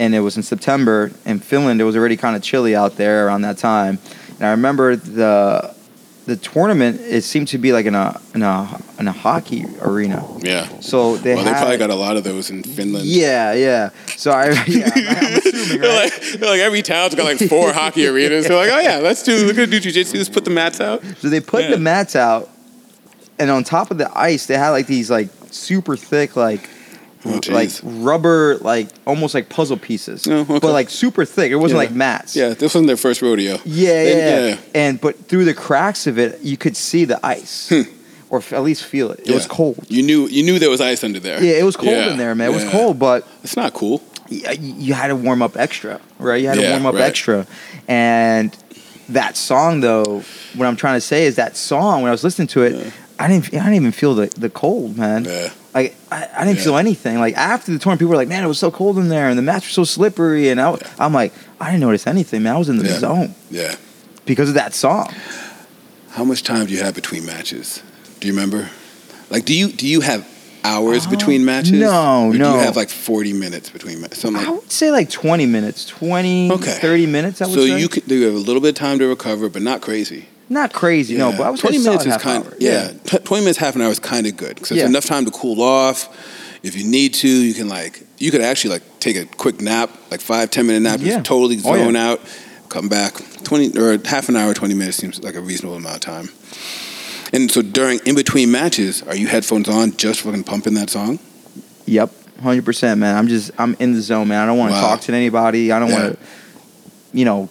B: and it was in September. In Finland, it was already kind of chilly out there around that time. And I remember the the tournament. It seemed to be like in a in a in a hockey arena.
A: Yeah.
B: So they
A: well,
B: had,
A: they probably got a lot of those in Finland.
B: yeah, yeah. So I yeah, I'm
A: They're
B: assuming right.
A: like, they're like every town's got like four hockey arenas. They're like, oh yeah, let's do. We're gonna do jujitsu. Let's put the mats out.
B: So they put
A: Yeah.
B: the mats out, and on top of the ice, they had like these like super thick like.
A: Oh, jeez.
B: like rubber, like almost like puzzle pieces,
A: Oh, okay.
B: but like super thick. It wasn't
A: Yeah.
B: like mats.
A: yeah, this wasn't their first rodeo.
B: yeah,
A: They-
B: yeah, yeah. And but through the cracks of it, you could see the ice, or f- at least feel it. It was
A: Hmm. Yeah.
B: cold.
A: You knew you knew there was ice under there.
B: Yeah, it was cold
A: Yeah,
B: in there, man. It
A: yeah.
B: was cold, but
A: It's not cool.
B: y- you had to warm up extra, right? You had to
A: Yeah,
B: warm up
A: right.
B: extra. And that song, though, what I'm trying to say is that song. When I was listening to it,
A: Yeah.
B: I didn't, I didn't even feel the, the cold, man.
A: Yeah.
B: Like I, I didn't
A: Yeah.
B: feel anything. Like after the tournament, people were like, "Man, it was so cold in there, and the mats were so slippery." And I, w- I'm like, I didn't notice anything, man. I was in the
A: Yeah.
B: zone
A: Yeah.
B: because of that song.
A: How much time do you have between matches? Do you remember? Like, do you do you have hours between matches?
B: Uh, no,
A: Or Do
B: no.
A: you have like forty minutes between matches? Something
B: I
A: like.
B: would say like 20 minutes, 20,
A: Mm. Okay.
B: 30 minutes. I would
A: So
B: say.
A: you could, you have a little bit of time to recover, but not crazy.
B: not crazy, no, but I was
A: twenty minutes is kind
B: of
A: yeah. T- Twenty minutes, half an hour is kind of good because it's
B: Yeah.
A: enough time to cool off. If you need to, you can like you could actually like take a quick nap, like five ten minute nap,
B: Yeah.
A: just totally
B: Oh, yeah.
A: zone out, come back twenty or half an hour, twenty minutes seems like a reasonable amount of time. And so during in between matches, are you headphones on just fucking pumping that song?
B: Yep, hundred percent, man. I'm just I'm in the zone, man. I don't want to
A: Wow.
B: talk to anybody. I don't
A: Yeah.
B: want to, you know,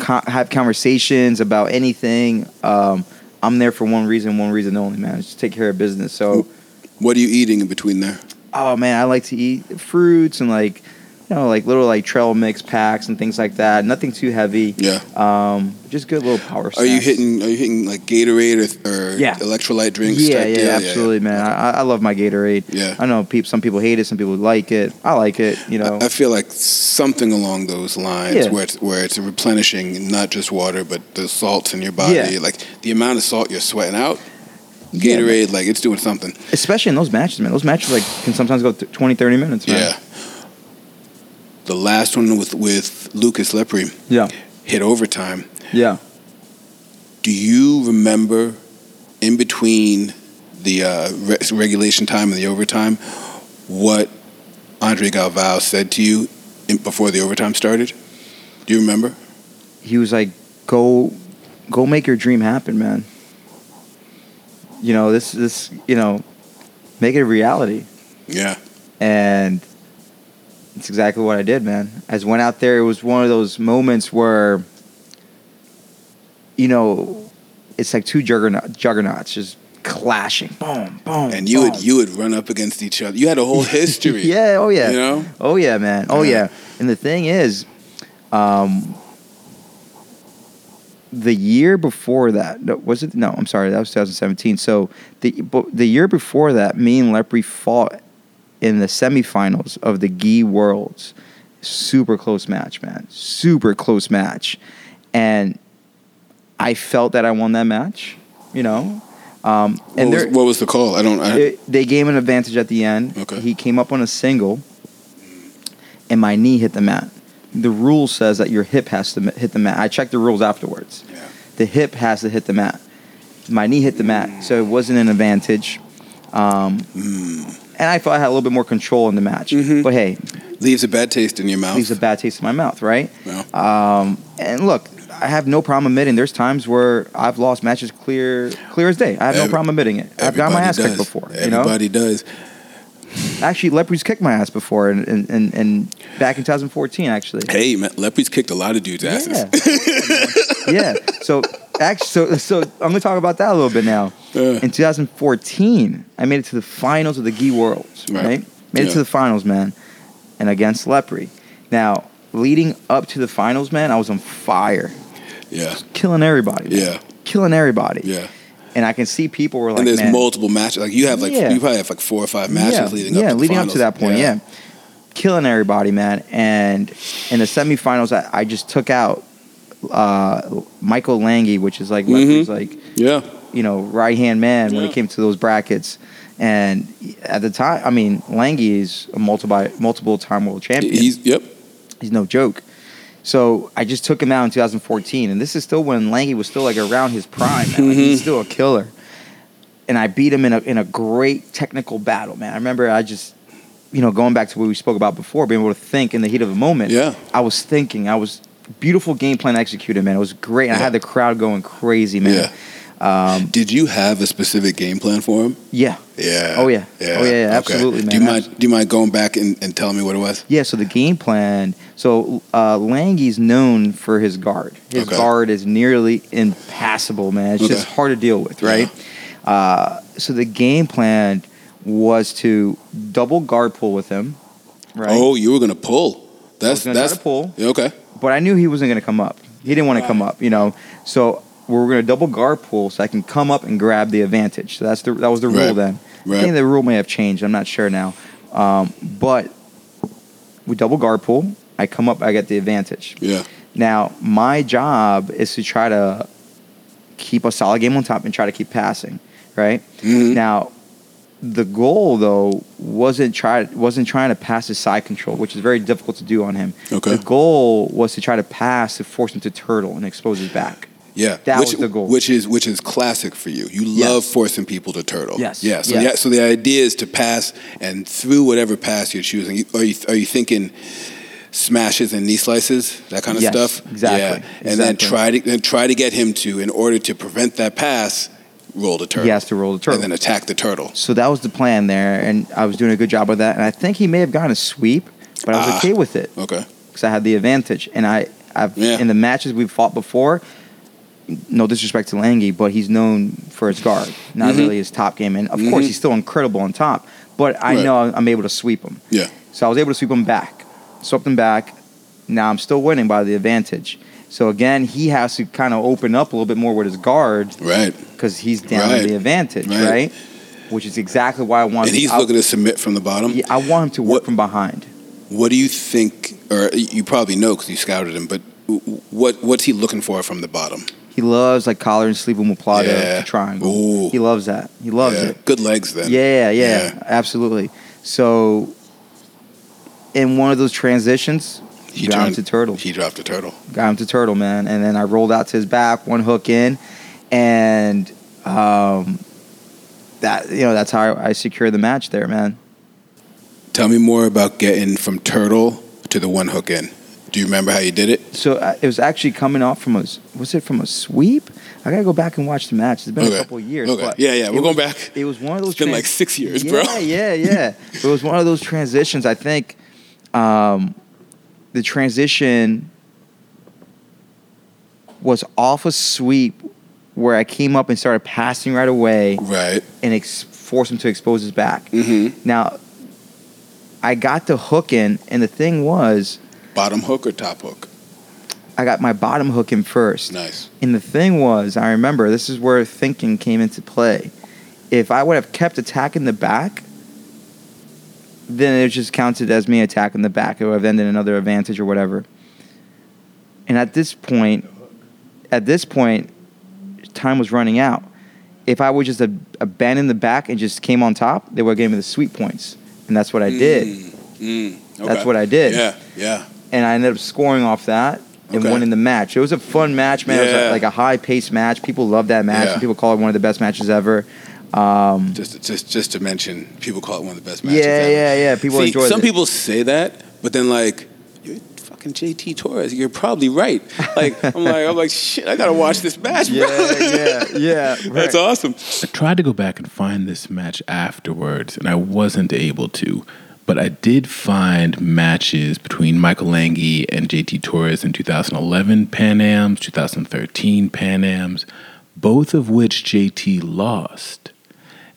B: co- have conversations about anything. Um, I'm there for one reason, one reason only, man. It's Just take care of business. So,
A: What are you eating in between there?
B: oh man, I like to eat fruits and like, you know, like little like trail mix packs and things like that. Nothing too heavy.
A: Yeah.
B: Um, just good little power.
A: Are you
B: snacks.
A: hitting? Are you hitting like Gatorade or, or
B: Yeah.
A: electrolyte drinks?
B: Yeah,
A: type
B: yeah,
A: deal?
B: absolutely, man. I, I love my Gatorade.
A: Yeah.
B: I know peop some people hate it, some people like it. I like it. You know,
A: I, I feel like something along those lines,
B: Yeah.
A: where it's where it's replenishing not just water but the salts in your body,
B: Yeah.
A: like the amount of salt you're sweating out.
B: Yeah, man.
A: Gatorade, like it's doing something.
B: especially in those matches, man. Those matches like can sometimes go th- 20, 30 minutes, man.
A: Yeah. The last one with with Lucas Lepre
B: Yeah,
A: hit overtime.
B: yeah,
A: Do you remember in between the uh, re- regulation time and the overtime what Andre Galvao said to you in, before the overtime started? Do you remember?
B: He was like, "Go, go, make your dream happen, man." You know this, this, you know, make it a reality,
A: Yeah.
B: and it's exactly what I did, man. I just went out there. It was one of those moments where, you know, it's like two juggernaut, juggernauts just clashing, boom, boom,
A: And you would
B: boom.
A: you would run up against each other. You had a whole history.
B: Yeah. Oh yeah.
A: You know?
B: Oh yeah, man. Oh
A: Yeah.
B: yeah. And the thing is, um, the year before that no, was it? No, I'm sorry. That was 2017. So the but the year before that, me and Lepre fought in the semifinals of the Gi Worlds. Super close match, man. Super close match, and I felt that I won that match. You know. Um,
A: What,
B: and
A: was,
B: there-
A: what was the call? I don't. I,
B: it, they gave an advantage at the end.
A: Okay.
B: He came up on a single, and my knee hit the mat. The rule says that your hip has to ma- hit the mat. I checked the rules afterwards.
A: Yeah.
B: The hip has to hit the mat. My knee hit the mat, so it wasn't an advantage. Um,
A: Hmm.
B: And I thought I had a little bit more control in the match.
A: Mm-hmm.
B: But hey,
A: leaves a bad taste in your mouth.
B: leaves a bad taste in my mouth, right?
A: Yeah.
B: Um, and look, I have no problem admitting there's times where I've lost matches clear, clear as day. I have no
A: Every-
B: problem admitting it. I've got my
A: Everybody
B: ass kicked
A: does.
B: before. you know?
A: Everybody does.
B: Actually, Lepre's kicked my ass before, and and, and, and back in 2014, actually.
A: Hey, man, Lepre's kicked a lot of dudes' asses.
B: Yeah. yeah. So, actually, so so I'm gonna talk about that a little bit now.
A: Yeah.
B: In 2014, I made it to the finals of the Gi Worlds.
A: Right.
B: Right. Made it
A: Yeah.
B: to the finals, man, and against Lepre. Now, leading up to the finals, man, I was on fire,
A: Yeah.
B: killing everybody. man.
A: Yeah.
B: Killing everybody.
A: Yeah.
B: And I can see people were like,
A: and there's
B: man,
A: multiple matches. Like you have like
B: Yeah.
A: you probably have like four or five matches
B: yeah,
A: leading
B: yeah,
A: up. To the
B: leading
A: finals.
B: up to that point, yeah. killing everybody, man. And in the semifinals, I, I just took out uh, Michael Lange, which is like Lepre's, like
A: Yeah.
B: you know right hand man when
A: Mm-hmm. Yeah.
B: it came to those brackets. And at the time, I mean, Lange is a multiple multiple time world champion.
A: He's yep.
B: He's no joke. So I just took him out in 2014, and this is still when Lange was still like around his prime. Man. Like,
A: Mm-hmm.
B: he's still a killer, and I beat him in a in a great technical battle, man. I remember I just, you know, going back to what we spoke about before, being able to think in the heat of the moment.
A: Yeah.
B: I was thinking. I was beautiful game plan executed, man. It was great. I
A: Yeah.
B: had the crowd going crazy, man. Yeah. Um,
A: Did you have a specific game plan for him?
B: yeah.
A: Yeah.
B: Oh, yeah.
A: Yeah.
B: Oh, yeah, yeah, absolutely,
A: Do you
B: man.
A: mind? Do you mind going back and, and telling me what it was?
B: Yeah, so the game plan. So uh, Lange's known for his guard. His
A: Okay.
B: guard is nearly impassable, man. It's just
A: Okay.
B: hard to deal with, right? Uh, so the game plan was to double guard pull with him, right?
A: Oh, you were gonna pull. That's
B: gonna try
A: that's
B: to pull.
A: Yeah, Okay.
B: But I knew he wasn't going to come up. He didn't want to come up, you know. So we we're going to double guard pull so I can come up and grab the advantage. So that's the that was the rule
A: Right.
B: then. I
A: Right.
B: think the rule may have changed. I'm not sure now. Um, but we double guard pull. I come up. I get the advantage.
A: Yeah.
B: Now, my job is to try to keep a solid game on top and try to keep passing, right?
A: Mhm.
B: Now, the goal though wasn't try wasn't trying to pass his side control, which is very difficult to do on him.
A: Okay.
B: The goal was to try to pass to force him to turtle and expose his back.
A: Yeah,
B: That
A: which,
B: was the goal.
A: Which is which is classic for you. You
B: Yes.
A: love forcing people to turtle.
B: Yes.
A: Yeah. So
B: Yes.
A: yeah. So the idea is to pass, and through whatever pass you're choosing, you, are you are you thinking smashes and knee slices, that kind of
B: Yes,
A: stuff?
B: exactly,
A: Yeah. And then
B: exactly.
A: try to then try to get him to, in order to prevent that pass, roll the turtle.
B: He has to roll the turtle.
A: And then attack the turtle.
B: So that was the plan there, and I was doing a good job with that. And I think he may have gotten a sweep, but I was
A: Ah.
B: okay with it
A: Okay.
B: because I had the advantage. And I, I've
A: Yeah.
B: in the matches we've fought before. No disrespect to Lange, but he's known for his guard, not
A: Mhm.
B: really his top game. And of course,
A: Mhm.
B: he's still incredible on top. But I
A: Right.
B: know I'm able to sweep him.
A: Yeah.
B: So I was able to sweep him back, swept him back. Now I'm still winning by the advantage. So again, he has to kind of open up a little bit more with his guard
A: Right.
B: because he's down
A: Right.
B: to the advantage, right.
A: Right.
B: Which is exactly why I want.
A: And he's
B: I,
A: looking to submit from the bottom.
B: yeah, I want him to work
A: What-
B: from behind.
A: What do you think, or you probably know because you scouted him, but w- what what's he looking for from the bottom?
B: He loves like collar and sleeve with Muplata
A: Yeah.
B: triangle.
A: Ooh.
B: He loves that. He loves
A: Yeah.
B: it.
A: Good legs then.
B: Oh, Yeah, yeah,
A: Yeah.
B: absolutely. So, in one of those transitions,
A: He
B: got him
A: turned-
B: to turtle.
A: He dropped a turtle.
B: got him to turtle man and then i rolled out to his back one hook in and um that you know that's how i, I secured the match there man
A: Tell me more about getting from turtle to the one hook in. Do you remember how you did it?
B: so uh, it was actually coming off from a s- was it from a sweep i gotta go back and watch the match it's been a
A: Okay.
B: couple of years
A: Okay.
B: but
A: Yeah, yeah, we're
B: it
A: going
B: was-
A: back.
B: it was one of those
A: It's been like six years, bro.
B: yeah yeah yeah it was one of those transitions i think um the transition was off a sweep where I came up and started passing right away.
A: Right.
B: and ex- force him to expose his back.
A: Mm-hmm.
B: Now, I got the hook in, and the thing was,
A: Bottom hook or top hook?
B: I got my bottom hook in first.
A: Nice.
B: And the thing was, I remember this is where thinking came into play. If I would have kept attacking the back, then it just counted as me attacking the back. It would have ended another advantage or whatever. And at this point, at this point, time was running out. If I would just ab- abandon the back and just came on top, they would have given me the sweet points. And that's what I did.
A: Mm, mm, okay.
B: That's what I did.
A: Yeah. Yeah.
B: And I ended up scoring off that and
A: Okay.
B: winning the match. It was a fun match, man. It was
A: Yeah.
B: a, like a high paced match. People love that match.
A: Yeah.
B: and People call it one of the best matches ever. Um,
A: Just just just to mention, people call it one of the best matches.
B: yeah,
A: ever.
B: yeah, yeah. People
A: See,
B: enjoy
A: some
B: it.
A: people say that, but then like, you're fucking JT Torres. You're probably right. Like I'm like I'm like shit. I gotta watch this match,
B: yeah,
A: bro.
B: yeah, yeah.
A: That's
B: right.
A: awesome.
C: I tried to go back and find this match afterwards, and I wasn't able to. But I did find matches between Michael Lange and JT Torres in 2011 Pan Ams, 2013 Pan Ams, both of which JT lost.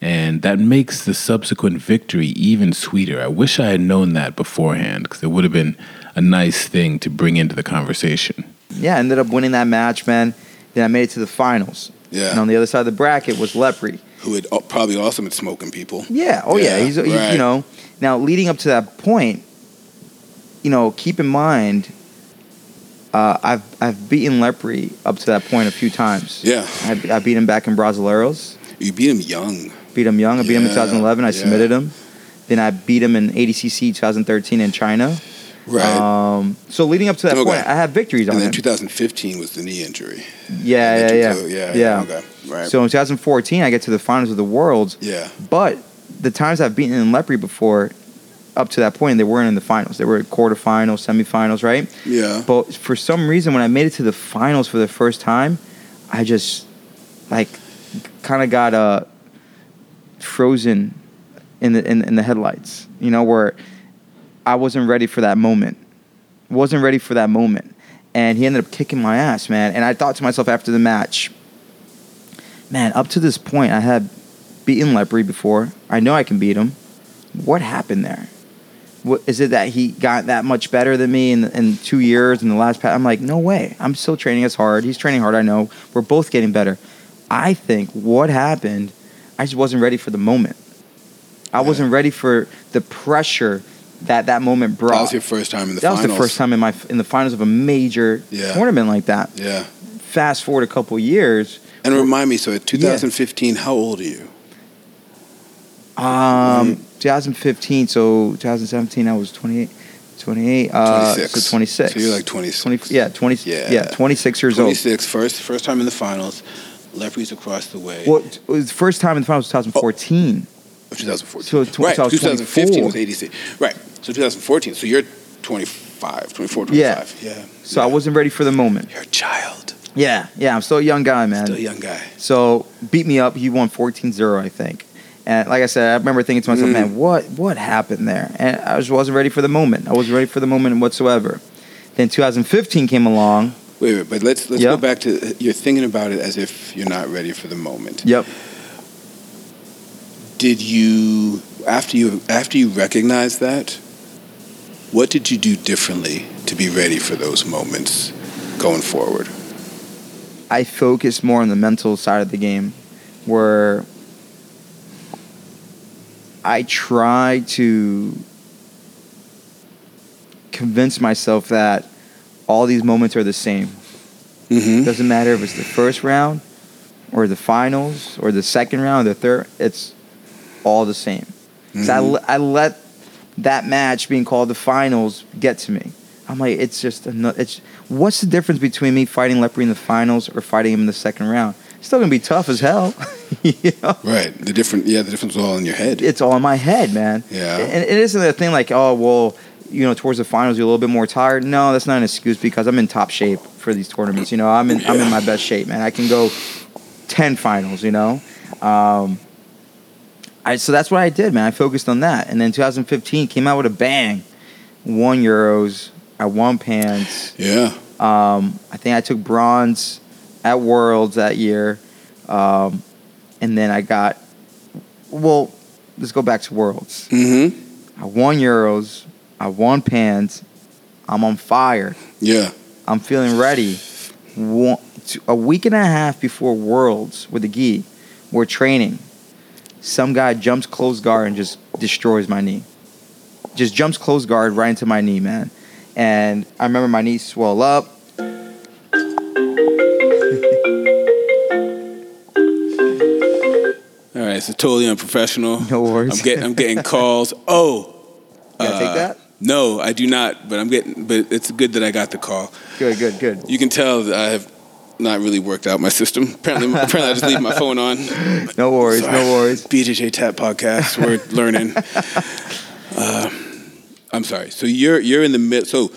C: And that makes the subsequent victory even sweeter. I wish I had known that beforehand because it would have been a nice thing to bring into the conversation.
B: Yeah, I ended up winning that match, man. Then I made it to the finals.
A: Yeah.
B: And on the other side of the bracket was Lepre.
A: Who had al- probably also been smoking people.
B: Yeah. Oh yeah.
A: Yeah,
B: He's, he's you
A: right.
B: know now leading up to that point, you know, keep in mind, uh, I've I've beaten Lepre up to that point a few times.
A: Yeah.
B: I, I beat him back in Brasileiros.
A: You beat him young.
B: Beat him young. I beat him in
A: Yeah,
B: 2011. I
A: yeah.
B: submitted him. Then I beat him in ADCC 2013 in China.
A: Right.
B: Um, so leading up to that
A: Okay.
B: point, I had victories on
A: and then
B: him.
A: 2015 was the knee injury.
B: yeah, yeah, yeah,
A: So, yeah. Okay. Right.
B: So in 2014, I get to the finals of the Worlds.
A: yeah.
B: But the times I've beaten in Lepre before, up to that point, they weren't in the finals. They were quarterfinals, semifinals, right?
A: Yeah.
B: But for some reason, when I made it to the finals for the first time, I just like kind of got uh, frozen in the in, in the headlights. You know, where I wasn't ready for that moment. Wasn't ready for that moment. And he ended up kicking my ass, man. And I thought to myself after the match, man, up to this point, I had beaten Lepre before. I know I can beat him. What happened there? What, is it that he got that much better than me in, in two years in the last pass? I'm like, no way. I'm still training as hard. He's training hard. I know. We're both getting better. I think what happened, I just wasn't ready for the moment. I
A: Yeah.
B: wasn't ready for the pressure that that moment brought.
A: That was your first time in the
B: That
A: finals.
B: was the first time in my in the finals of a major
A: Yeah.
B: tournament like that.
A: Yeah.
B: Fast forward a couple years,
A: And remind me, so at 2015, how old are you?
B: um, 2015. So 2017, I was 28. So 28. Uh,
A: 26.
B: So 26.
A: So you're like 26.
B: 20, yeah, 20, yeah.
A: Yeah.
B: 26 years
A: 26, first, first time in the finals. Leopards across the way.
B: old. Well, it was the first time in the finals was 2014.
A: Of 2014.
B: So it's tw-
A: right,
B: so I was
A: 2015 was
B: 24.
A: 86. Right, so 2014. So you're 25, 24,
B: Yeah.
A: 25. Yeah.
B: So I wasn't ready for the moment.
A: You're a child.
B: Yeah, yeah, I'm still a young guy, man.
A: Still a young guy.
B: So beat me up. He won 14-0, I think. And like I said, I remember thinking to myself,
A: Mm.
B: man, what what happened there? And I just wasn't ready for the moment. I wasn't ready for the moment whatsoever. Then 2015 came along.
A: Wait, wait, but let's let's
B: Yeah.
A: go back to you're thinking about it as if you're not ready for the moment.
B: Yep.
A: Did you after you after you recognized that? What did you do differently to be ready for those moments going forward?
B: I focused more on the mental side of the game, where I try to convince myself that all these moments are the same. It
A: Mm-hmm.
B: doesn't matter if it's the first round or the finals or the second round or the third. It's all the same. 'Cause I, le- I let that match being called the finals get to me. I'm like, it's just another. It's what's the difference between me fighting Leprey in the finals or fighting him in the second round? It's still gonna be tough as hell. you know?
A: Right. The different. Yeah, the difference was all in your head.
B: It's all in my head, man.
A: Yeah.
B: And it isn't a thing like, oh well, you know, towards the finals you're a little bit more tired. No, that's not an excuse because I'm in top shape for these tournaments. You know, I'm in I'm in my best shape, man. I can go ten finals. You know, um, I so that's what I did, man. I focused on that, and then 2015 came out with a bang. Won euros. I won pants.
A: yeah.
B: Um, I think I took bronze at Worlds that year, um, and then I got. Well, let's go back to Worlds.
A: Mm-hmm.
B: I won Euros. I won Pans. I'm on fire.
A: Yeah.
B: I'm feeling ready. One, two, a week and a half before Worlds with the gi, we're training. Some guy jumps close guard and just destroys my knee. Just jumps close guard right into my knee, man. And I remember my knee swell up.
A: All right. So totally unprofessional.
B: No worries.
A: I'm getting I'm getting calls. Oh.
B: You gotta take
A: uh,
B: that?
A: No, I do not. But I'm getting. But it's good that I got the call.
B: Good, good, good.
A: You can tell that I have not really worked out my system. Apparently, apparently I just leave my phone on.
B: No worries,
A: Sorry.
B: no worries.
A: BJJ Tap Podcast. We're learning. Uh, I'm sorry. So you're you're in the mid. So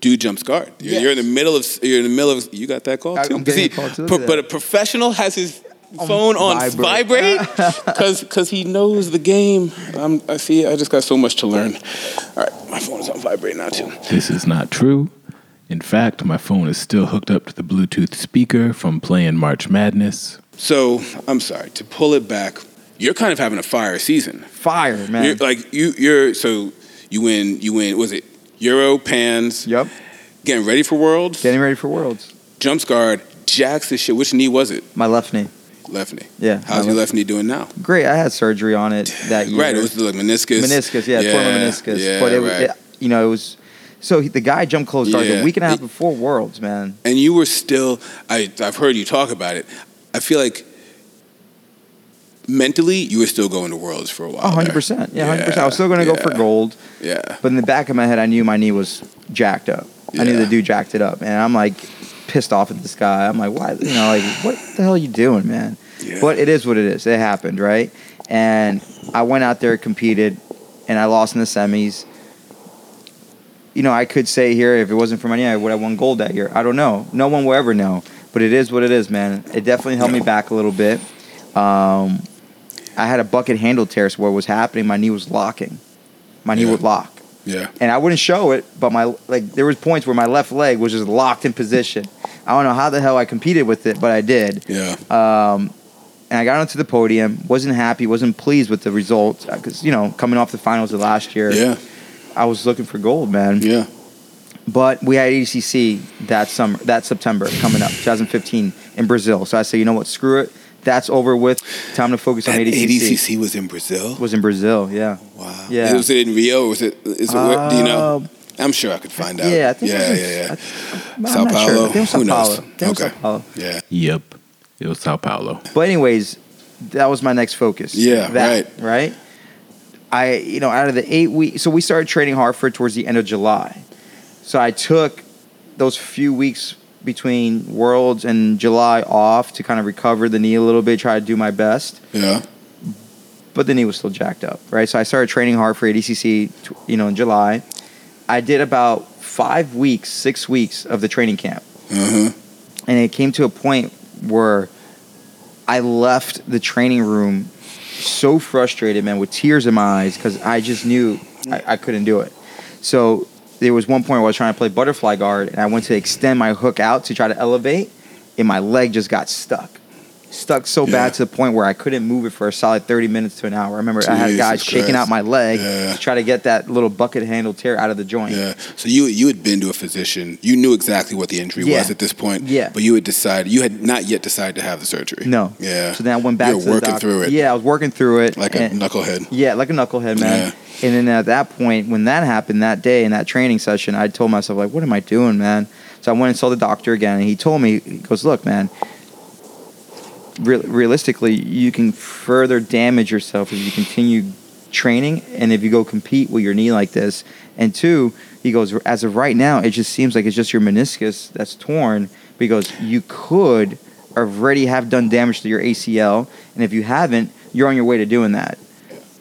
A: do jump guard. You're, you're in the middle of. You're in the middle of. You got that call
B: I-
A: too.
B: I'm getting
A: See,
B: a call too
A: pro-
B: today.
A: but a professional has his phone on vibrate
B: vibrate.
A: because he knows the game. I'm, I see. I just got so much to learn. All right, my phone is on vibrate now too.
C: This is not true. In fact, my phone is still hooked up to the Bluetooth speaker from playing March Madness.
A: So I'm sorry to pull it back. You're kind of having a fire season.
B: Fire, man.
A: You're, like you, you're so you win. You win. Was it Euro Pans?
B: yep.
A: Getting ready for Worlds.
B: Getting ready for Worlds.
A: Jumps guard. Jacks the shit. Which knee was it?
B: My left knee.
A: Left knee.
B: Yeah.
A: How's
B: my
A: your left knee doing now?
B: Great. I had surgery on Uh-huh. it that year.
A: Right. It was the, like meniscus.
B: meniscus. Yeah, torn meniscus.
A: Yeah.
B: but it,
A: right.
B: it, you know, it was. So he, the guy jumped close guard
A: Yeah.
B: a week and a half
A: It-
B: before Worlds, man.
A: and you were still. I I've heard you talk about it. I feel like. Mentally, you were still going to worlds for a while.
B: Oh,
A: there.
B: 100%. Yeah, 100%. I was still going to go for
A: yeah,
B: gold.
A: Yeah,
B: But in the back of my head, I knew my knee was jacked up. I knew
A: Yeah.
B: the dude jacked it up, and I'm like pissed off at this guy. I'm like, why? You know, like what the hell are you doing, man?
A: Yeah.
B: But it is what it is. It happened, right? And I went out there, competed, and I lost in the semis. You know, I could say here if it wasn't for my knee, I would have won gold that year. I don't know. No one will ever know. But it is what it is, man. It definitely held me back a little bit. Um, I had a bucket handle tear, so what was happening? My knee was locking. My knee
A: Yeah.
B: would lock
A: yeah.
B: and I wouldn't show it, but my like there was points where my left leg was just locked in position. I don't know how the hell I competed with it, but I did.
A: Yeah.
B: Um, and I got onto the podium, wasn't happy, wasn't pleased with the results because you know coming off the finals of last year,
A: Yeah.
B: I was looking for gold, man.
A: Yeah.
B: But we had ADCC that summer, that September coming up, 2015 in Brazil. So I said, you know what, screw it, that's over with. Time to focus on
A: And
B: ADCC.
A: was in Brazil.
B: Was in Brazil, yeah.
A: Wow.
B: Yeah. Um,
A: Was it in Rio? Or was it? Is it where- do you know? I'm sure I could find out.
B: Uh, Yeah, I think
A: yeah,
B: it was,
A: yeah, yeah.
B: I, am
A: Sao
B: not
A: Paulo.
B: Sure. I think it was Sao
A: Who knows?
B: Paulo. I think it was Sao
A: Okay.
B: Paulo.
A: Yeah.
C: Yep, it was Sao Paulo.
B: But anyways, that was my next focus.
A: Yeah,
B: That, right. I, you know, out of the eight weeks, so we started training Hartford towards the end of July. So I took those few weeks between Worlds and July off to kind of recover the knee a little bit, try to do my best.
A: Yeah.
B: But the knee was still jacked up, right? So I started training hard for ADCC, tw- you know, in July. I did about five weeks, six weeks of the training camp.
A: Uh-huh.
B: And it came to a point where I left the training room so frustrated, man, with tears in my eyes because I just knew I, I couldn't do it. So there was one point where I was trying to play butterfly guard and I went to extend my hook out to try to elevate, and my leg just got stuck. Stuck so
A: Yeah.
B: bad to the point where I couldn't move it for a solid 30 minutes to an hour. I remember I had
A: Jesus
B: guys shaking
A: Christ.
B: out my leg
A: Yeah.
B: to try to get that little bucket handle tear out of the joint.
A: Yeah. So you you had been to a physician. You knew exactly what the injury
B: Yeah.
A: was at this point.
B: Yeah.
A: But you had decided you had not yet decided to have the surgery.
B: No.
A: Yeah.
B: So then I went back
A: You were
B: to the
A: working
B: doc-
A: through it.
B: Yeah, I was working through it.
A: Like a
B: and-
A: knucklehead.
B: Yeah, like a knucklehead, man. And then at that point, when that happened that day in that training session, I told myself, like, what am I doing, man? So I went and saw the doctor again, and he told me, he goes, look, man, real realistically, you can further damage yourself if you continue training and if you go compete with your knee like this. And two, he goes, as of right now, it just seems like it's just your meniscus that's torn because you could already have done damage to your ACL. And if you haven't, you're on your way to doing that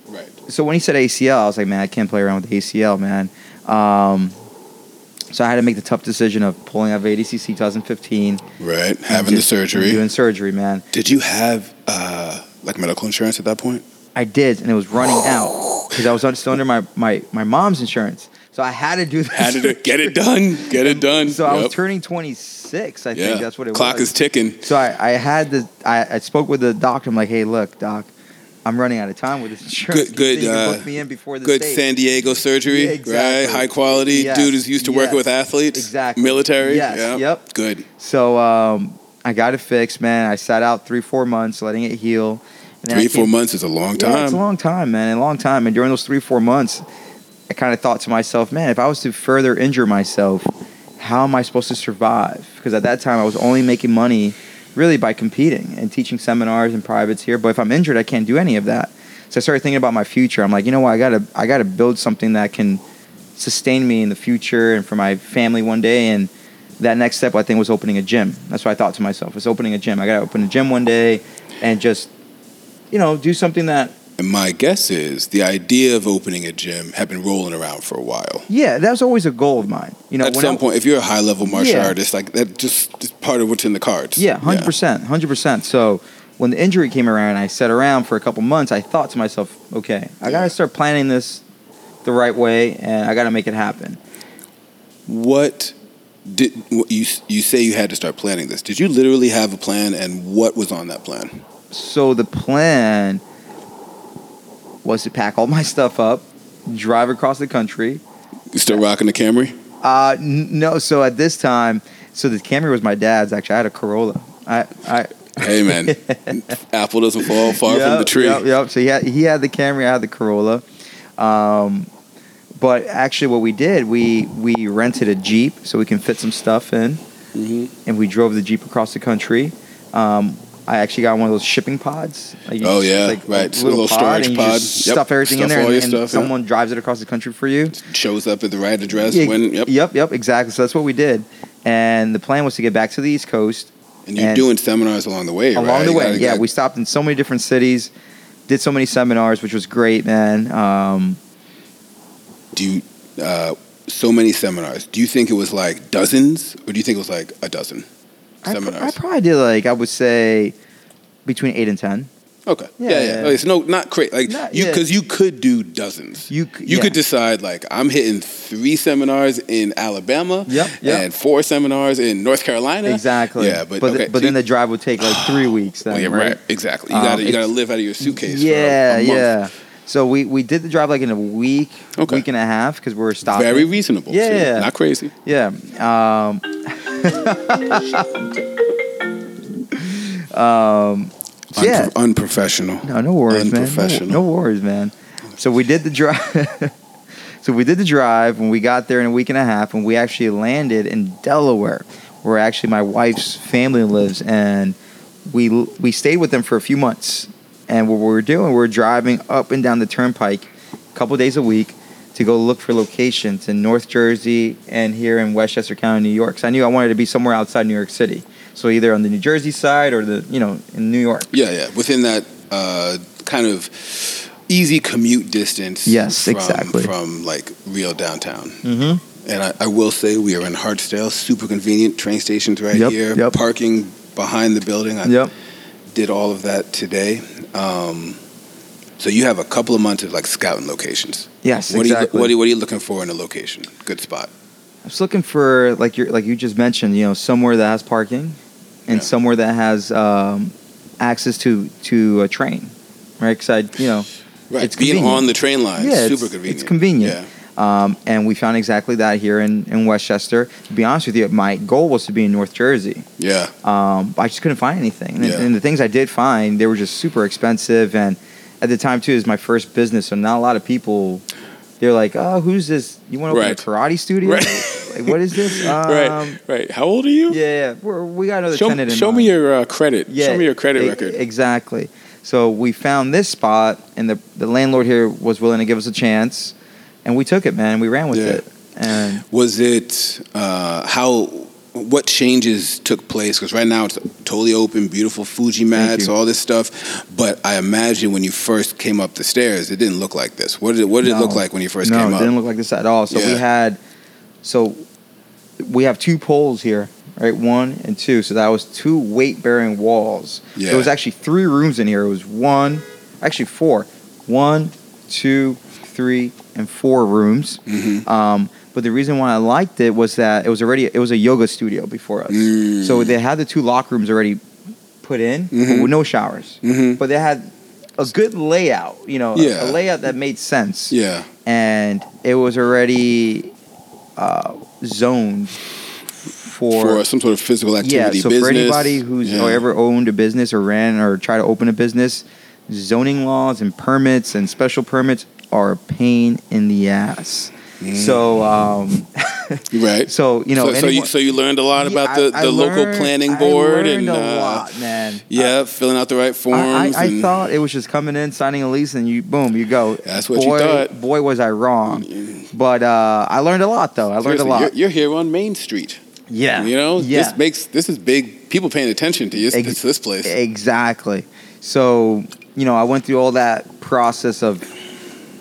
A: Right.
B: so when he said ACL, I was like, man, I can't play around with the ACL, man. Um, so I had to make the tough decision of pulling out of ADCC 2015,
A: Right. Having
B: just
A: the surgery.
B: doing surgery, man.
A: Did you have uh, like medical insurance at that point?
B: I did, and it was running out because I was un- still under my, my, my mom's insurance. So I had to do that.
A: How did it get it done? Get it done.
B: So I was
A: Yep.
B: turning 26. I think that's what it
A: Clock
B: was.
A: is ticking.
B: So I, I had the I, I spoke with the doctor. I'm like, hey, look, doc, I'm running out of time with this insurance.
A: Good- good,
B: You can book
A: uh,
B: me in before this
A: Good
B: date."
A: San Diego surgery,
B: Yeah, exactly.
A: right? High quality.
B: Yes,
A: Dude is used to working
B: yes,
A: with athletes.
B: exactly.
A: Military.
B: Yes,
A: Yeah.
B: yep.
A: Good.
B: So um, I got it fixed, man. I sat out three, four months, letting it heal. And then I
A: Three, four
B: came-
A: months is a long
B: Yeah,
A: time.
B: it's a long time, man. A long time. And during those three, four months, I kind of thought to myself, man, if I was to further injure myself, how am I supposed to survive? Because at that time, I was only making money really by competing and teaching seminars and privates here. But if I'm injured, I can't do any of that. So I started thinking about my future. I'm like, you know what? I gotta, I gotta build something that can sustain me in the future and for my family one day. And that next step, I think, was opening a gym. That's what I thought to myself: was opening a gym. I gotta open a gym one day and just, you know, do something that
A: And my guess is the idea of opening a gym had been rolling around for a while.
B: Yeah, that was always a goal of mine. You know,
A: At
B: when
A: some
B: I-
A: point, if you're a high level martial
B: Yeah.
A: artist, like that just is part of what's in the cards.
B: Yeah, hundred percent, hundred percent. So when the injury came around, I sat around for a couple months. I thought to myself, okay, I got
A: Yeah.
B: to start planning this the right way, and I got to make it happen.
A: What did what you you say you had to start planning this? Did you literally have a plan, and what was on that plan?
B: So the plan was to pack all my stuff up, drive across the country.
A: You still rocking the Camry?
B: Uh, n- no, so at this time, so the Camry was my dad's. Actually, I had a Corolla. I, I
A: Hey man, apple doesn't fall far from the
B: Yep,
A: tree.
B: Yep, yep. So he had, he had the Camry, I had the Corolla. Um, but actually, what we did, we we rented a Jeep so we can fit some stuff in,
A: Mhm.
B: and we drove the Jeep across the country. Um, I actually got one of those shipping pods. Like you
A: Oh,
B: just-
A: yeah, right.
B: A little, storage pod. And you just
A: Yep.
B: Stuff everything in
A: Stuff all
B: there, and,
A: your
B: and
A: stuff, yeah.
B: someone drives it across the country for you.
A: Shows up at the right address
B: Yeah,
A: when. Yep.
B: yep, yep, exactly. So that's what we did, and the plan was to get back to the East Coast
A: And you're
B: and-
A: doing seminars along the way, right?
B: along the
A: You
B: way.
A: gotta
B: yeah,
A: get-
B: we stopped in so many different cities, did so many seminars, which was great, man. Um,
A: do you, uh, so many seminars. Do you think it was like dozens, or do you think it was like a dozen
B: I, pr- I
A: seminars?
B: probably did like I would say between eight and ten.
A: okay, yeah,
B: Yeah,
A: yeah.
B: yeah.
A: Okay, so no, not crazy. Like
B: Not-
A: you,
B: yeah.
A: because you could do dozens.
B: You c-
A: you
B: yeah.
A: could decide like I'm hitting three seminars in Alabama,
B: Yep, yep.
A: and four seminars in North Carolina.
B: Exactly.
A: Yeah, but
B: but,
A: okay,
B: the, but
A: so
B: then
A: you-
B: the drive would take like three weeks. Then,
A: Well, yeah,
B: right?
A: right. Exactly. You
B: Um,
A: gotta you
B: it's-
A: gotta live out of your suitcase.
B: Yeah,
A: for a, a month.
B: yeah. So we we did the drive like in a week,
A: Okay.
B: week and a half because we were stopping.
A: Very reasonable.
B: Yeah,
A: too.
B: yeah.
A: Not crazy.
B: Yeah. Um, um, Yeah.
A: Unpro- unprofessional.
B: No, no worries, man. No,
A: Unprofessional.
B: no worries, man. So we did the drive. so we did the drive when we got there in a week and a half, and we actually landed in Delaware, where actually my wife's family lives, and we we stayed with them for a few months. And what we were doing, we were driving up and down the turnpike couple days a week to go look for locations in North Jersey and here in Westchester County, New York. So I knew I wanted to be somewhere outside New York City. So either on the New Jersey side or the you know in New York.
A: Yeah, yeah. Within that uh, kind of easy commute distance.
B: Yes, exactly.
A: From like real downtown.
B: Mm-hmm.
A: And I, I will say we are in Hartsdale, super convenient. Train station's right
B: Yep,
A: here.
B: yep.
A: Parking behind the building. I
B: Yep.
A: did all of that today. Um, so you have a couple of months of like scouting locations.
B: Yes,
A: What
B: exactly.
A: Are you, what, are, you- what are you looking for in a location? Good spot.
B: I was looking for like you like you just mentioned, you know, somewhere that has parking, and
A: Yeah.
B: somewhere that has um, access to to a train, right? Because I, you know,
A: Right.
B: It's
A: Being
B: convenient.
A: on the train line.
B: Yeah,
A: super
B: it's-
A: convenient.
B: it's convenient.
A: Yeah.
B: um, and we found exactly that here in in Westchester. To be honest with you, my goal was to be in North Jersey.
A: Yeah.
B: um, but I just couldn't find anything. And,
A: Yeah.
B: and the things I did find, they were just super expensive. And at the time, too, it was my first business, so not a lot of people. They're like, "Oh, who's this? You want to open
A: Right.
B: a karate studio?
A: Right.
B: Like, what is this?" Um,
A: right. Right. How old are you?
B: Yeah, we're, we got another
A: Show,
B: tenant. In
A: show
B: mind.
A: me your uh, credit. show me your credit
B: e-
A: record.
B: Exactly. So we found this spot, and the the landlord here was willing to give us a chance, and we took it, man. We ran with
A: Yeah.
B: it, and
A: Was it uh, how? What changes took place? Because right now it's totally open, beautiful Fuji mats,
B: you.
A: all this stuff. But I imagine when you first came up the stairs, it didn't look like this. What did it, what did it
B: No.
A: look like when you first
B: no,
A: came
B: it
A: up?
B: didn't look like this at all. So
A: Yeah.
B: we had, so we have two poles here, right? One and two. So that was two weight bearing walls.
A: Yeah.
B: There was actually three rooms in here. It was one, actually four, one, two, three, and four rooms.
A: Mhm.
B: Um, but the reason why I liked it was that it was already it was a yoga studio before us.
A: Mm.
B: So they had the two locker rooms already put in
A: Mhm.
B: with no showers,
A: Mhm.
B: but they had a good layout. You know, a-
A: Yeah.
B: a, layout that made sense
A: Yeah,
B: and it was already uh, zoned for,
A: for some sort of physical
B: yeah.
A: activity
B: So
A: business.
B: for anybody who's
A: Yeah.
B: or ever owned a business or ran or tried to open a business, zoning laws and permits and special permits are a pain in the ass. So um,
A: right?
B: so you know
A: Mm. so, so, you,
B: anyone-
A: so you learned a lot about
B: Yeah,
A: the,
B: I- I
A: the local
B: learned-
A: planning
B: I
A: board
B: learned
A: and
B: a
A: uh,
B: lot, man.
A: yeah, filling out the right
B: I,
A: forms.
B: I, I
A: and-
B: thought it was just coming in, signing a lease, and you boom, you go.
A: That's what you
B: boy,
A: thought.
B: Boy, was I wrong. But uh, I learned a lot, though. I learned
A: Seriously,
B: a lot.
A: You're, you're here on Main Street.
B: yeah,
A: You know,
B: yeah.
A: this makes this is big. People paying attention to you. It's,
B: Ex-
A: it's this place.
B: Exactly. So, you know, I went through all that process of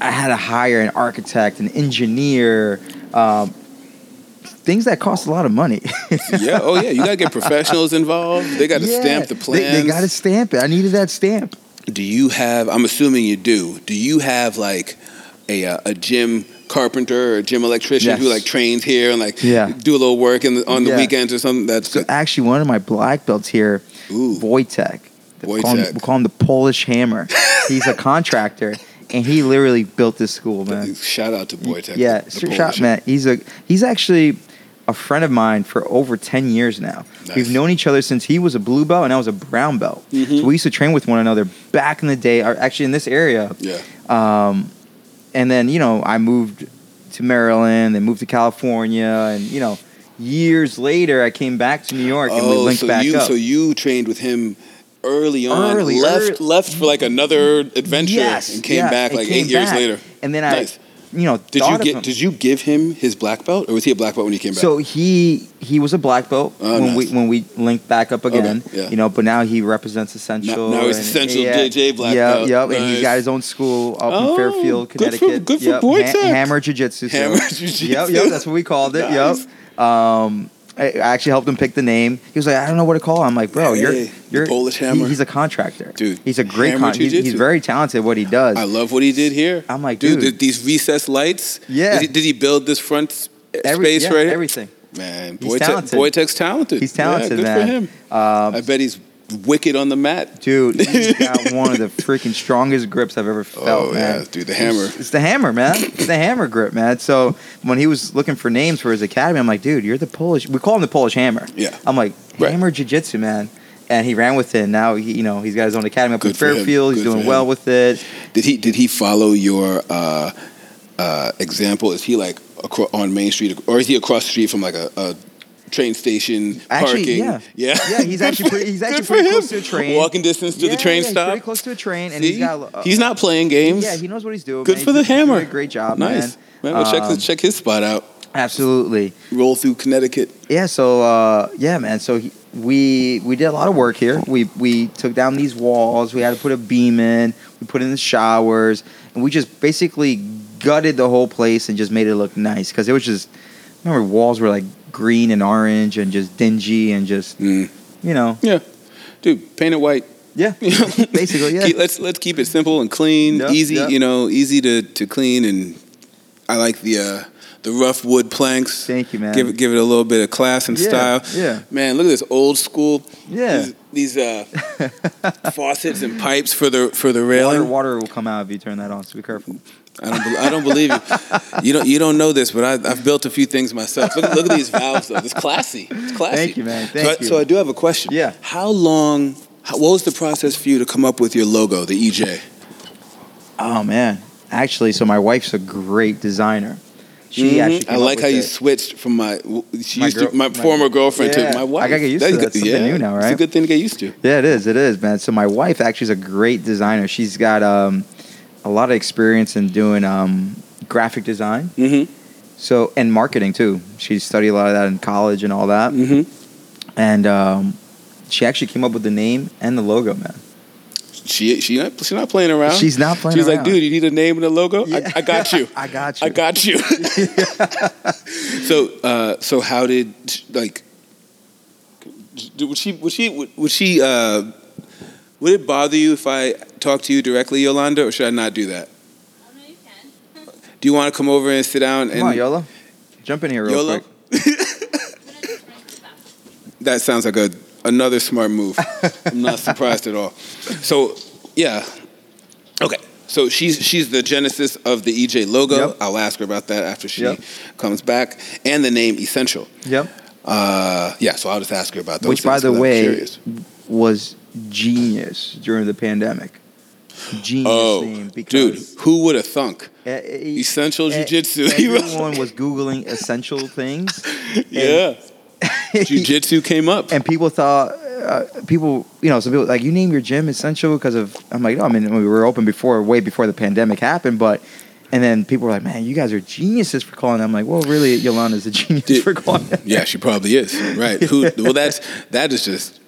B: I had to hire an architect, an engineer, um, things that cost a lot of money.
A: yeah. Oh yeah. You gotta get professionals involved. They gotta
B: Yeah.
A: stamp the
B: They-
A: plans.
B: They, got to stamp it. I needed that stamp.
A: Do you have? I'm assuming you do. Do you have like a uh, a gym carpenter or a gym electrician who
B: Yes.
A: like trains here and like
B: Yeah.
A: do a little work in the, on the
B: Yeah.
A: weekends or something? That's
B: So actually, one of my black belts here,
A: Ooh.
B: Wojtek. We call,
A: Wojtek.
B: him, we call him the Polish Hammer. He's a contractor, and he literally built this school, man.
A: shout out to Boytech.
B: yeah,
A: the- the
B: Sir
A: Polish.
B: Shop Matt. He's a he's actually a friend of mine for over ten years now.
A: Nice.
B: We've known each other since he was a blue belt and I was a brown belt.
A: Mhm.
B: So we used to train with one another back in the day, or actually in this area.
A: Yeah.
B: Um, and then you know I moved to Maryland, then moved to California, and you know years later I came back to New York and we
A: Oh,
B: linked
A: so
B: back
A: you
B: up.
A: so you trained with him early on.
B: Early,
A: left
B: early-
A: left for like another adventure
B: Yes,
A: and came
B: yeah,
A: back
B: I
A: like
B: came
A: eight years
B: back.
A: later.
B: and then I,
A: Nice.
B: you know,
A: Did
B: thought
A: you
B: of him.
A: get? Did you give him his black belt, or was he a black belt when you came back?
B: So he he was a black belt
A: Oh,
B: when
A: nice.
B: we when we linked back up again.
A: yeah.
B: You know, but now he represents essential.
A: Now- now he's
B: and-
A: Essential JJ black
B: yep,
A: belt.
B: Yep, and
A: Nice.
B: he's got his own school up
A: Oh,
B: in Fairfield,
A: good for-
B: Connecticut.
A: good for
B: yep.
A: Boy Tech.
B: hammer Jiu Jitsu.
A: Hammer Jiu-Jitsu.
B: Yep, yep, that's what we called it.
A: Nice.
B: Yep. Um, I I actually helped him pick the name. He was like, I don't know what to call. him. I'm like, bro,
A: Hey,
B: you're
A: the
B: you're
A: Polish
B: he-
A: Hammer.
B: he's a contractor,
A: Dude,
B: He's a great
A: Hammer
B: con- he's, he's
A: Jiu-Jitsu.
B: very talented. at What he does.
A: I love what he did here.
B: I'm like,
A: dude,
B: dude.
A: did these recessed lights.
B: Yeah.
A: Did he, did he build this front s-
B: Every-
A: space
B: yeah,
A: right? here?
B: Everything.
A: Man,
B: He's
A: Boytek,
B: talented.
A: Boytek's talented.
B: He's talented,
A: yeah, good
B: man.
A: for him.
B: Um,
A: I bet he's wicked on the mat.
B: Dude, he's got one of the freaking strongest grips I've ever felt,
A: Oh,
B: man.
A: yeah, dude, the hammer.
B: It's, it's the hammer, man. It's the hammer grip, man. So when he was looking for names for his academy, I'm like, dude, you're the Polish. We call him the Polish Hammer.
A: Yeah.
B: I'm like,
A: Right.
B: Hammer Jiu Jitsu, man. And he ran with it. Now he, you know, he's got his own academy up in
A: Good for him.
B: Fairfield. He's
A: Good for
B: doing
A: him.
B: well with it.
A: Did he? Did he follow your uh, uh, example? Is he like acro- on Main Street, or is he across the street from like a, a train station parking.
B: Actually, yeah.
A: yeah,
B: Yeah, he's actually pretty- he's
A: Good
B: actually
A: for
B: pretty
A: him.
B: close to a train.
A: Walking distance to
B: Yeah,
A: the train
B: yeah, he's
A: stop.
B: pretty close to a train, and
A: See?
B: he's got. a- uh,
A: He's not playing games.
B: Yeah, he knows what he's doing.
A: Good
B: man.
A: for the
B: He's doing
A: hammer.
B: a great job,
A: nice.
B: man.
A: Man, we'll check,
B: Um,
A: check his spot out.
B: Absolutely.
A: Roll through Connecticut.
B: Yeah. So uh, yeah, man. So he, we we did a lot of work here. We we took down these walls. We had to put a beam in. We put in the showers, and we just basically gutted the whole place and just made it look nice because it was just. I remember walls were like green and orange and just dingy and just
A: Mm.
B: you know
A: Yeah, dude, paint it white.
B: yeah basically yeah
A: Keep- let's let's keep it simple and clean,
B: Yeah,
A: easy.
B: yeah.
A: You know, easy to, to clean, and I like the uh, the rough wood planks.
B: thank you man
A: Give it give it a little bit of class and
B: Yeah,
A: style.
B: yeah.
A: man, look at this old school.
B: yeah
A: These, these uh, faucets and pipes for the for the railing.
B: water water will come out if you turn that on so be careful
A: I don't, bel I don't believe you. You don't, you don't know this, but I, I've built a few things myself. Look, at- look at these valves, though. It's classy. It's classy.
B: Thank you, man.
A: so,
B: Thank
A: I,
B: you.
A: so I do have a question.
B: Yeah.
A: How long, how, what was the process for you to come up with your logo, the E EJ?
B: oh man actually so my wife's a great designer she
A: Mhm.
B: actually came
A: I
B: up
A: like
B: with
A: how you
B: it.
A: switch from my, she
B: My
A: used
B: girl-
A: to, my,
B: my-
A: former girlfriend
B: Yeah.
A: to my wife.
B: I gotta get used to that. It's something new now,
A: It's a
B: right?
A: good thing to get used to.
B: Yeah, it is. It is, man. So my wife actually is a great designer. She's got um, a lot of experience in doing um, graphic design.
A: Mm-hmm.
B: So and marketing too. She studied a lot of that in college and all that.
A: Mm-hmm.
B: And um, she actually came up with the name and the logo, man.
A: She, she, not, she's not playing around.
B: She's not playing.
A: She's like,
B: around.
A: dude, you need a name and a logo?
B: Yeah.
A: I, I got you.
B: I got you.
A: I got you. so, uh, so how did like? d- Would she? Would she? Would, would she? Uh, would it bother you if I talk to you directly, Yolanda, or should I not do that?
D: Oh, no, you can.
A: Do you want to come over and sit down and
B: Come on, Yola, jump in here real
A: Yolo?
B: quick.
D: But I just run to the bathroom.
A: That sounds like a another smart move. I'm not surprised at all. So, yeah. Okay. So she's she's the genesis of the EJ logo.
B: Yep.
A: I'll ask her about that after she
B: Yep.
A: comes back, and the name Essential.
B: Yep.
A: Uh, yeah, so I'll just ask her about those.
B: Which, by
A: things,
B: the
A: 'cause I'm
B: way,
A: curious.
B: was genius during the pandemic. Genius
A: oh,
B: name because
A: dude, who would have thunk?
B: Uh, uh, e-
A: Essential
B: e-
A: jujitsu.
B: Everyone was googling essential things.
A: Yeah, jujitsu came up.
B: and people thought uh, people, you know, some people like you name your gym essential because of. I'm like, no, I mean we were open before, way before the pandemic happened, but. And then people were like, "Man, you guys are geniuses for calling." I'm like, "Well, really, Yolanda's a genius
A: Dude.
B: for calling."
A: yeah, she probably is. Right? Who? Well, that's that is just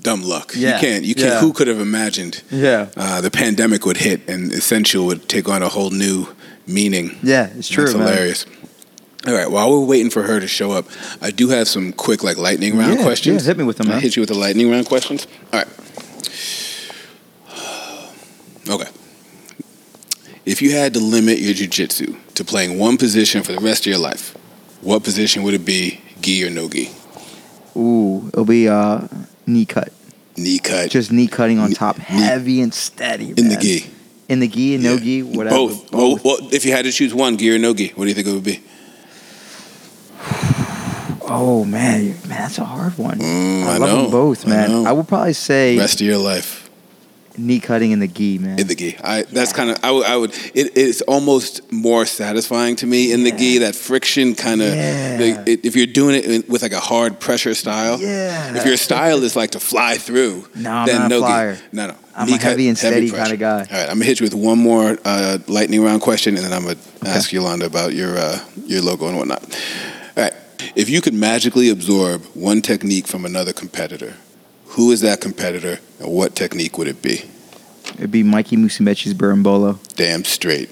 A: dumb luck.
B: Yeah,
A: You can't. You can't.
B: yeah.
A: Who could have imagined
B: yeah,
A: uh, the pandemic would hit and Essential would take on a whole new meaning?
B: yeah, it's true,
A: That's
B: man.
A: hilarious. All right. While we're waiting for her to show up, I do have some quick, like lightning round
B: Yeah,
A: questions.
B: yeah, hit me with them,
A: I'll
B: man.
A: hit you with the lightning round questions. All right. Okay. If you had to limit your jujitsu to playing one position for the rest of your life, what position would it be? Gi or no gi?
B: Ooh, it'll be uh, knee cut,
A: Knee cut.
B: just knee cutting on top,
A: knee-
B: heavy and steady.
A: in the
B: man.
A: gi.
B: in the gi and no
A: Yeah.
B: gi, whatever.
A: Both. Well, well, if you had to choose one, gi or no gi, what do you think it would be?
B: Oh man, man, that's a hard one.
A: Mm,
B: I,
A: I
B: love
A: know,
B: them both,
A: I
B: man.
A: know.
B: I, would probably say
A: Rest of your life.
B: knee cutting in the gi, man.
A: in the gi. I that's kind of I would I would it, it's almost more satisfying to me in the gi that friction kind of
B: Yeah.
A: if you're doing it in- with like a hard pressure style.
B: Yeah.
A: If your style is like to fly through,
B: No, I'm
A: then
B: not a
A: no gi.
B: flyer.
A: No, no.
B: I'm
A: Knee
B: a heavy and steady
A: pressure.
B: kinda
A: All right, I'm gonna hit you with one more uh, lightning round question, and then I'm gonna ask Yolanda about your uh, your logo and whatnot. All right, if you could magically absorb one technique from another competitor, who is that competitor, and what technique would it be?
B: It'd be Mikey Musumeci's Burambolo.
A: Damn straight.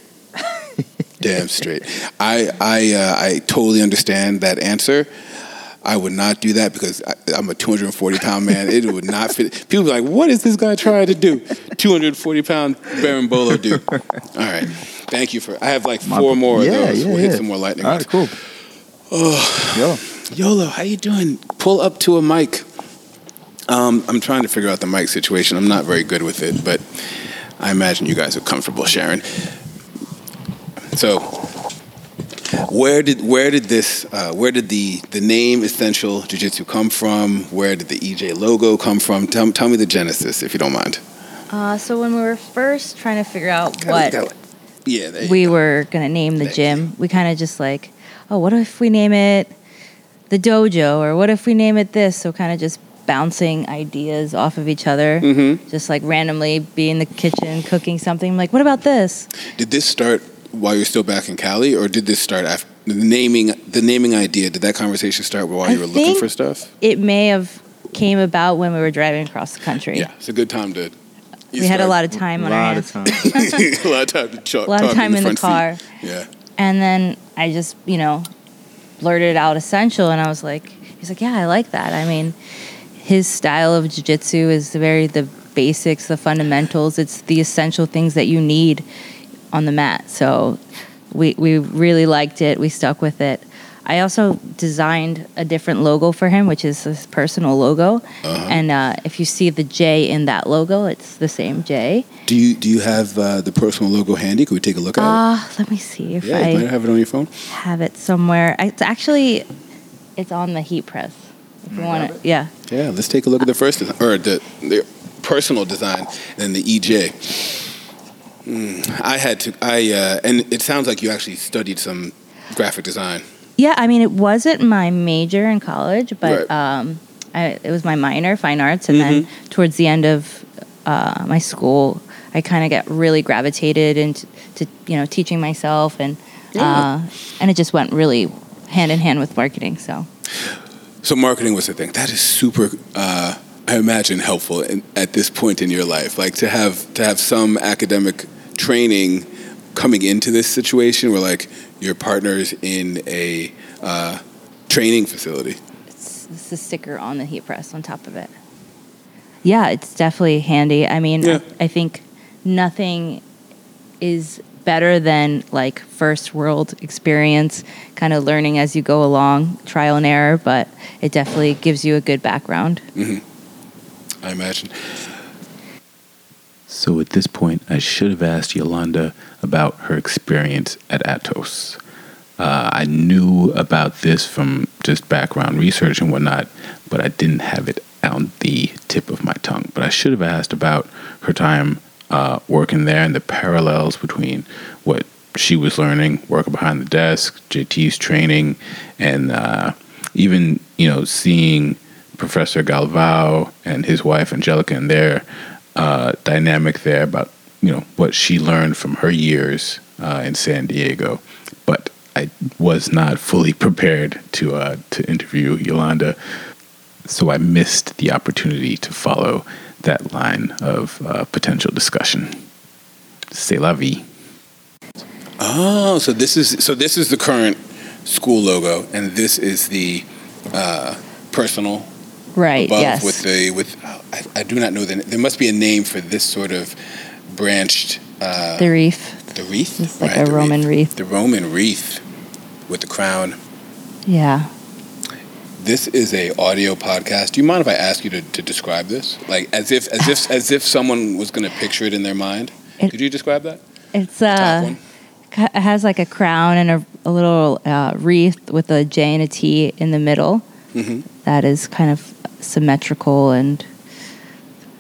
A: Damn straight. I I uh, I totally understand that answer. I would not do that because I, I'm a 240 pound man. It would not fit. People be like, what is this guy trying to do? 240 pound Barambolo dude. All right. Thank you for. I have like
B: My-
A: four more
B: yeah,
A: of those.
B: yeah,
A: we'll hit
B: yeah.
A: some more lightning.
B: All right, cool. Yo,
A: Yolo, how you doing? Pull up to a mic. Um, I'm trying to figure out the mic situation. I'm not very good with it, but I imagine you guys are comfortable sharing. So, where did where did this uh, where did the the name Essential Jiu Jitsu come from? Where did the EJ logo come from? Tell, tell me the genesis, if you don't mind.
D: Uh, so when we were first trying to figure out what
A: Yeah, there you
D: we
A: go.
D: were gonna name the
A: Thank
D: gym, we kind of just like, oh, what if we name it the dojo or what if we name it this? So kind of just bouncing ideas off of each other,
B: Mm-hmm.
D: just like randomly be in the kitchen cooking something. like, what about this?
A: Did this start while you're still back in Cali, or did this start after the naming? The naming idea did that conversation start while
D: I
A: you were looking
D: think-
A: for stuff?
D: It may have came about when we were driving across the country.
A: Yeah, it's a good time to.
D: we had a lot of time on our
B: lot of
D: hands,
A: a
B: time.
A: lot of time to talk.
D: a lot of
A: talk
D: time in the
A: front seat.
D: car,
A: Yeah,
D: and then I just you know blurted out essential, and I was like, he's like, yeah, I like that. I mean, his style of jujitsu is very the basics, the fundamentals. It's the essential things that you need on the mat. So we we really liked it. We stuck with it. I also designed a different logo for him, which is his personal logo.
A: Uh-huh.
D: And uh, if you see the J in that logo, it's the same J.
A: Do you do you have uh, the personal logo handy? Could we take a look at
D: Ah, let me see if
A: it? Yeah,
D: I
A: you might have it on your phone.
D: have it somewhere. I- It's actually it's on the heat press. If you want it, yeah.
A: Yeah, let's take a look at the first design, or the, the personal design, and the EJ. Mm, I had to. I uh, and it sounds like you actually studied some graphic design.
D: Yeah, I mean, it wasn't my major in college, but
A: Right.
D: um, I, it was my minor, fine arts. And then towards the end of uh, my school, I kind of got really gravitated into to, you know teaching myself, and uh, and it just went really hand in hand with marketing. So
A: So marketing was the thing. That is super. Uh, I imagine helpful in, at this point in your life, like to have to have some academic training coming into this situation, where like your partner's in a uh, training facility.
D: it's, it's the sticker on the heat press on top of it. Yeah, it's definitely handy. I mean,
A: Yeah.
D: I, I think nothing is better than like first world experience, kind of learning as you go along, trial and error, but it definitely gives you a good background.
A: I imagine.
C: So at this point, I should have asked Yolanda about her experience at Atos. Uh, I knew about this from just background research and whatnot, but I didn't have it on the tip of my tongue. But I should have asked about her time uh, working there and the parallels between what she was learning, working behind the desk, JT's training, and uh, even you know seeing Professor Galvao and his wife Angelica and their uh, dynamic there about you know what she learned from her years uh, in San Diego. But I was not fully prepared to uh, to interview Yolanda, so I missed the opportunity to follow that line of uh, potential discussion. C'est la vie.
A: Oh, so this is so this is the current school logo, and this is the uh, personal
D: Right.
A: above
D: yes.
A: with the with. I, I do not know the. There must be a name for this sort of branched. Uh,
D: the reef.
A: the wreath,
D: It's like a
A: the
D: Roman wreath.
A: The Roman wreath with the crown.
D: Yeah.
A: This is a audio podcast. Do you mind if I ask you to, to describe this, like as if as if as if someone was going to picture it in their mind?
D: It-
A: Could you describe that?
D: It's
A: Top
D: uh
A: one.
D: ca- it has like a crown and a, a little uh, wreath with a J and a T in the middle.
A: Mhm.
D: That is kind of symmetrical and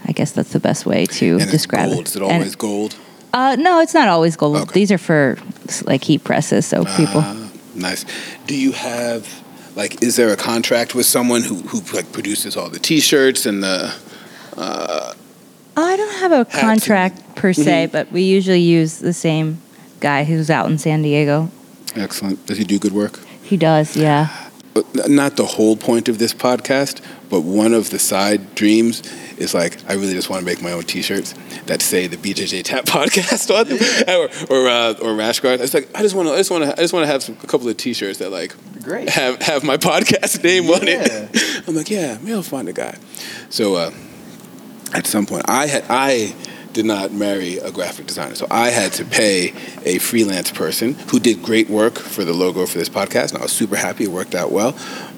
D: I guess that's the best way to
A: And it's
D: describe
A: gold.
D: it.
A: Is it
D: And-
A: always gold?
D: uh, no, it's not always gold.
A: Okay.
D: These are for s- like heat presses, so people.
A: Ah, nice. Do you have like is there a contract with someone who who like produces all the t-shirts and the uh,
D: I don't have a
A: and-
D: contract per se,
A: Mm-hmm.
D: but we usually use the same guy who's out in San Diego.
A: Excellent. Does he do good work?
D: He does, yeah.
A: But n- not the whole point of this podcast, but one of the side dreams is like I really just want to make my own T-shirts that say the BJJ Tap Podcast on them, or or, uh, or rash guard. It's like I just want to, I just want to, I just want to have some, a couple of T-shirts that like
B: Great.
A: have have my podcast name on
B: Yeah.
A: it. I'm like, yeah, maybe I'll find a guy. So uh, at some point, I had I did not marry a graphic designer, so I had to pay a freelance person who did great work for the logo for this podcast, and I was super happy. It worked out well,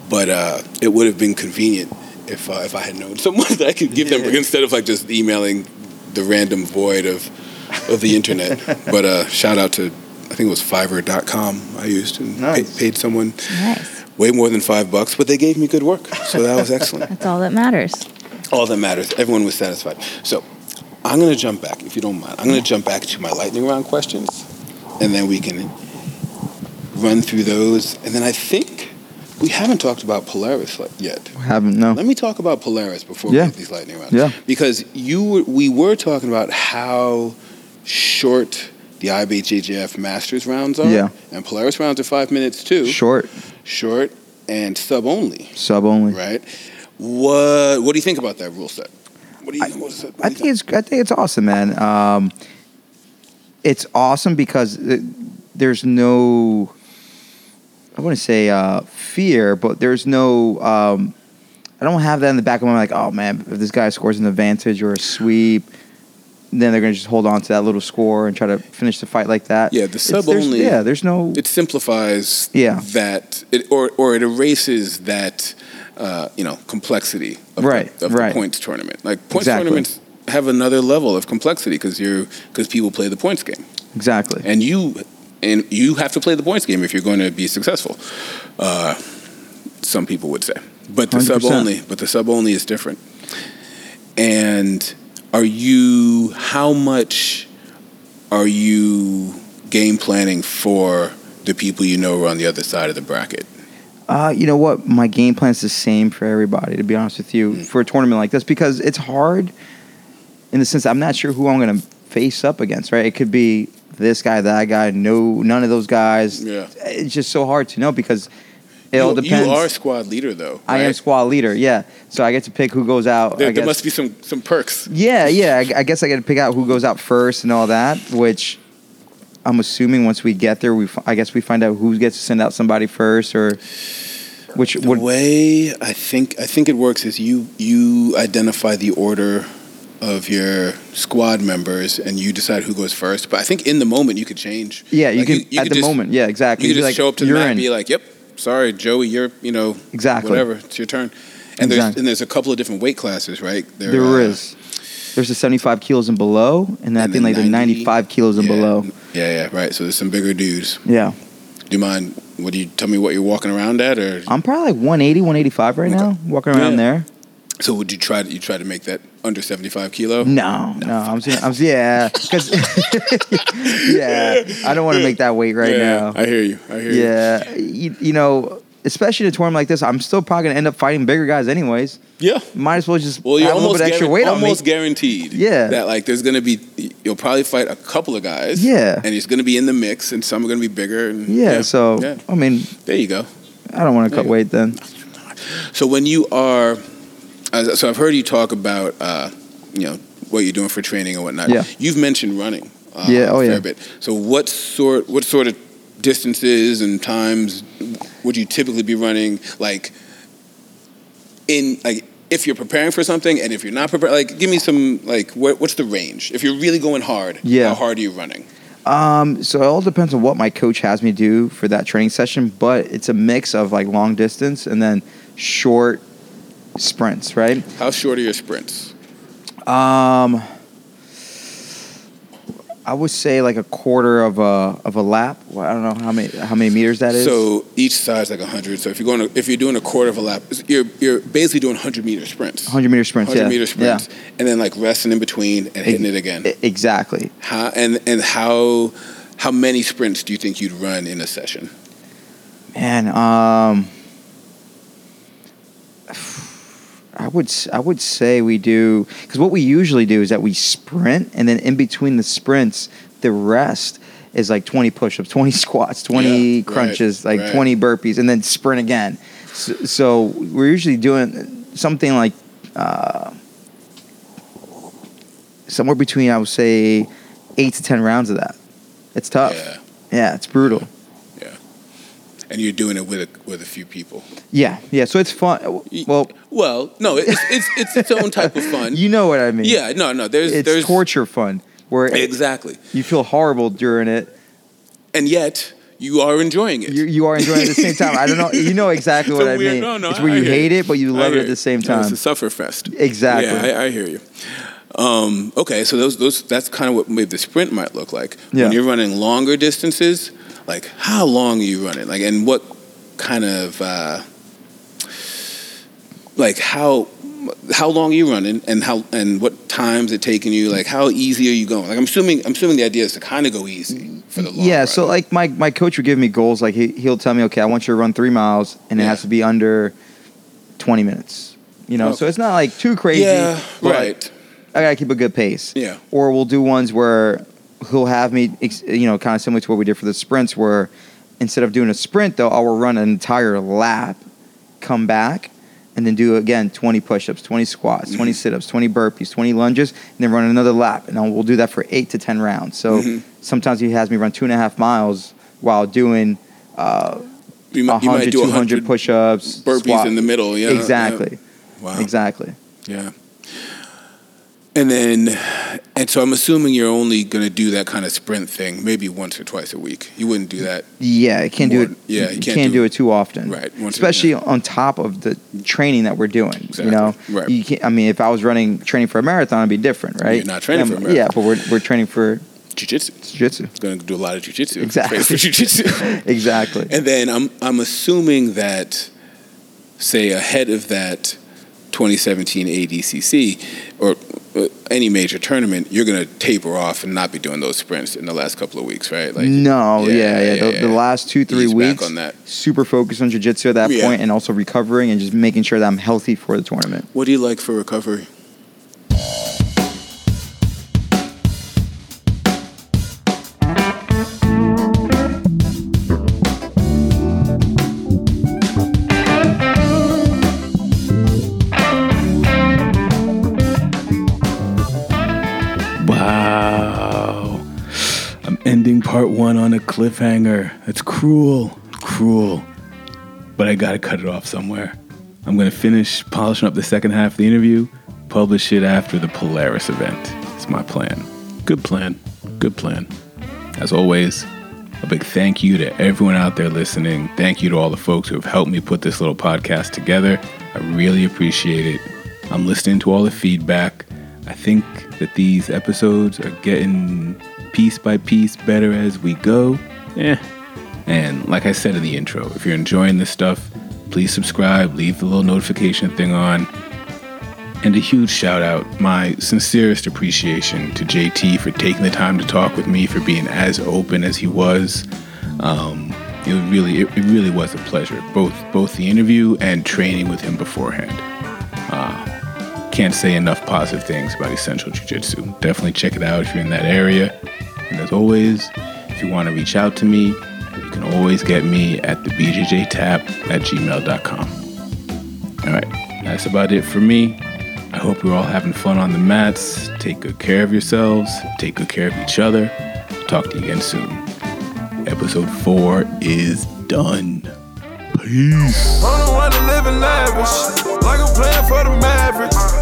A: but uh, it would have been convenient if uh, if I had known someone that I could give them
B: Yeah.
A: instead of like just emailing the random void of of the internet. but uh, shout out to I think it was Fiverr.com I used and
B: Nice.
A: pa- paid someone
D: Nice.
A: way more than five bucks, but they gave me good work, so that was excellent.
D: That's all that matters.
A: all that matters. Everyone was satisfied. So I'm going to jump back, if you don't mind. I'm going to jump back to my lightning round questions, and then we can run through those. And then I think We haven't talked about Polaris like, yet.
B: Haven't no.
A: Let me talk about Polaris before
B: Yeah.
A: we get these lightning rounds.
B: Yeah.
A: Because you were, we were talking about how short the IBJJF Masters rounds are.
B: Yeah.
A: And Polaris rounds are five minutes too.
B: Short
A: Short and sub only,
B: sub only.
A: right? What What do you think about that rule set? What do you, what is it, what
B: I
A: do you
B: think it's I think it's awesome, man. Um, it's awesome because th- there's no I wouldn't say uh, fear, but there's no um, I don't have that in the back of my mind like, oh man, if this guy scores an advantage or a sweep, then they're gonna just hold on to that little score and try to finish the fight like that.
A: Yeah, the
B: It's-
A: sub
B: there's-
A: only-
B: Yeah, there's no
A: it simplifies
B: Yeah.
A: that it, or or it erases that uh, you know complexity of,
B: Right,
A: the, of
B: right.
A: the points tournament like points
B: Exactly.
A: tournaments have another level of complexity because you're because people play the points game
B: exactly.
A: and you and you have to play the points game if you're going to be successful uh, some people would say but the sub
B: 100%.
A: only but the sub only is different and are you how much are you game planning for the people you know are on the other side of the bracket
B: Uh, you know what? My game plan's the same for everybody, to be honest with you, for a tournament like this, because it's hard in the sense that I'm not sure who I'm going to face up against, right? It could be this guy, that guy, no, none of those guys.
A: Yeah.
B: It's just so hard to know because it all
A: you, you
B: depends.
A: are squad leader though
B: I am
A: right?
B: squad leader, yeah. So I get to pick who goes out. I
A: there, there
B: guess.
A: must be some some perks
B: Yeah, yeah. I, I guess I got to pick out who goes out first and all that, which I'm assuming once we get there, we f- I guess we find out who gets to send out somebody first or which
A: The
B: would.
A: way I think I think it works is you you identify the order of your squad members and you decide who goes first. But I think in the moment you could change.
B: Yeah, you
A: Like,
B: can at
A: could
B: the
A: just-
B: moment. Yeah, exactly.
A: You could
B: You'd
A: just
B: be like,
A: show up to the
B: "You're
A: mat
B: in."
A: and be like, "Yep, sorry, Joey, you're you know
B: Exactly.
A: whatever. It's your turn." And there's
B: Exactly.
A: and there's a couple of different weight classes, right?
B: There
A: uh,
B: is. There's the 75 kilos and below, and, I
A: and
B: think
A: then
B: like the
A: 90.
B: 95 kilos and
A: yeah,
B: below.
A: Yeah, yeah, right. So there's some bigger dudes.
B: Yeah,
A: Do you mind? Would you tell me what you're walking around at, or
B: I'm probably like 180, 185 right
A: Okay.
B: now, walking around
A: Yeah.
B: there.
A: so would you try to you try to make that under 75 kilo?
B: No, no, I'm, saying, I'm, yeah, 'cause- yeah, I don't want to make that weight right
A: yeah,
B: now.
A: I hear you. I hear you.
B: yeah, you, you know, especially in a tournament like this, I'm still probably gonna end up fighting bigger guys anyways.
A: Yeah.
B: Might as well just
A: Well, you're
B: have a little
A: almost
B: bit extra
A: guaran-
B: weight on me.
A: almost guaranteed.
B: Yeah.
A: That like there's gonna be you'll probably fight a couple of guys.
B: Yeah.
A: And it's gonna be in the mix, and some are gonna be bigger. And,
B: Yeah, so
A: yeah.
B: I mean,
A: there you go.
B: I don't want to
A: There
B: cut
A: you go.
B: weight then.
A: So when you are, uh, so I've heard you talk about uh, you know what you're doing for training and whatnot.
B: Yeah.
A: You've mentioned running. Uh,
B: Yeah, oh,
A: a fair
B: yeah.
A: Bit. So what sort what sort of distances and times would you typically be running? Like in like if you're preparing for something and if you're not prepared, like give me some like what, what's the range? If you're really going hard,
B: Yeah.
A: how hard are you running?
B: Um, so it all depends on what my coach has me do for that training session, but it's a mix of like long distance and then short sprints, right?
A: How short are your sprints?
B: Um, I would say like a quarter of a of a lap. Well, I don't know how many how many meters that is.
A: So each side's like hundred. So if you're going, to, if you're doing a quarter of a lap, you're you're basically doing hundred meter sprints.
B: 100 meter sprints.
A: 100
B: yeah.
A: meter sprints, and then like resting in between and
B: Yeah.
A: hitting it again.
B: E- Exactly.
A: How, and and how how many sprints do you think you'd run in a session?
B: Man, um, I would s- I would say we do because what we usually do is that we sprint and then in between the sprints, the rest is like twenty push-ups, twenty squats, twenty
A: Yeah, right,
B: crunches, like
A: right.
B: twenty burpees, and then sprint again. So, so we're usually doing something like uh, somewhere between I would say eight to ten rounds of that. It's tough.
A: Yeah,
B: yeah it's brutal.
A: and you're doing it with a, with a few people.
B: Yeah, yeah. So it's fun.
A: Y-
B: Well,
A: Well, no, it's it's it's its own type of fun.
B: you know what I mean.
A: yeah, no, no. There's
B: it's
A: there's
B: torture fun where it-
A: exactly,
B: you feel horrible during it.
A: and yet you are enjoying it.
B: You, you are enjoying it at the same time. I don't know. You know exactly
A: It's
B: what
A: a
B: I
A: weird-
B: mean.
A: no, no,
B: it's where
A: I
B: you
A: hear
B: hate
A: you.
B: it, but you
A: I
B: love it
A: hear
B: at
A: you.
B: the same
A: Yeah,
B: time.
A: It's a suffer fest.
B: Exactly.
A: Yeah, I, I hear you. Um, okay, so those those that's kind of what maybe the sprint might look like.
B: Yeah.
A: When you're running longer distances, like how long are you running? Like, and what kind of uh, like how how long are you running, and how and what times it taking you? Like, how easy are you going? Like, I'm assuming I'm assuming the idea is to kind of go easy. for the long
B: yeah
A: run.
B: so like my, my coach would give me goals like he, he'll tell me okay i want you to run three miles and it
A: Yeah.
B: has to be under 20 minutes you know
A: Oh.
B: so it's not like too crazy
A: yeah,
B: but
A: right.
B: i gotta keep a good pace
A: Yeah,
B: or we'll do ones where he'll have me ex- you know kind of similar to what we did for the sprints where instead of doing a sprint though i will run an entire lap come back and then do again 20 push-ups 20
A: Mm-hmm.
B: squats 20 sit-ups 20 burpees 20 lunges and then run another lap and then we'll do that for 8 to 10 rounds so
A: Mm-hmm.
B: sometimes he has me run two and a half miles while doing uh,
A: you, might- you
B: 100
A: might do
B: 200
A: 100
B: push-ups
A: burpees
B: squat.
A: in the middle. Yeah,
B: exactly
A: Yeah. Wow.
B: exactly
A: Yeah. And then, and so I'm assuming you're only going to do that kind of sprint thing maybe once or twice a week. You wouldn't do that.
B: Yeah, it can't do
A: More-
B: it.
A: yeah,
B: you can't, do, it too often.
A: Right, once a-
B: Especially
A: yeah.
B: on top of the training that we're doing.
A: Exactly,
B: You know,
A: right.
B: You can't, I mean, if I was running training for a marathon, it'd be different, right?
A: You're not training
B: yeah,
A: for a
B: Yeah,
A: marathon.
B: but we're we're training for
A: Jiu-jitsu.
B: jiu-jitsu.
A: Going to do a lot of jiu-jitsu.
B: Exactly.
A: Train for jiu-jitsu.
B: Exactly.
A: And then I'm I'm assuming that, say ahead of that 2017 ADCC or uh, any major tournament, you're going to taper off and not be doing those sprints in the last couple of weeks, right?
B: no, yeah, yeah. the, the last two three
A: Ease back
B: weeks,
A: on that. Oh,
B: super focused on jiu-jitsu at that
A: Yeah.
B: point and also recovering and just making sure that I'm healthy for the tournament.
A: What do you like for recovery?
C: Wow. I'm ending part one on a cliffhanger. That's cruel, cruel. But I gotta cut it off somewhere. I'm gonna finish polishing up the second half of the interview, publish it after the Polaris event. It's my plan. Good plan. Good plan. As always, a big thank you to everyone out there listening. Thank you to all the folks who have helped me put this little podcast together. I really appreciate it. I'm listening to all the feedback. I think that these episodes are getting piece by piece better as we go. Eh. And like I said in the intro, if you're enjoying this stuff, please subscribe, leave the little notification thing on. And a huge shout out, my sincerest appreciation to JT for taking the time to talk with me, for being as open as he was. Um, it was really, it, it really was a pleasure, both both the interview and training with him beforehand. Uh, can't say enough positive things about Essential Jiu Jitsu. Definitely check it out if you're in that area. And as always, if you want to reach out to me, you can always get me at the BJJTap at gmail.com. All right, that's about it for me. I hope you're all having fun on the mats. Take good care of yourselves. Take good care of each other. Talk to you again soon. Episode 4 is done. Peace.
E: Don't know why they living lavish. Like I'm playing for the Mavericks.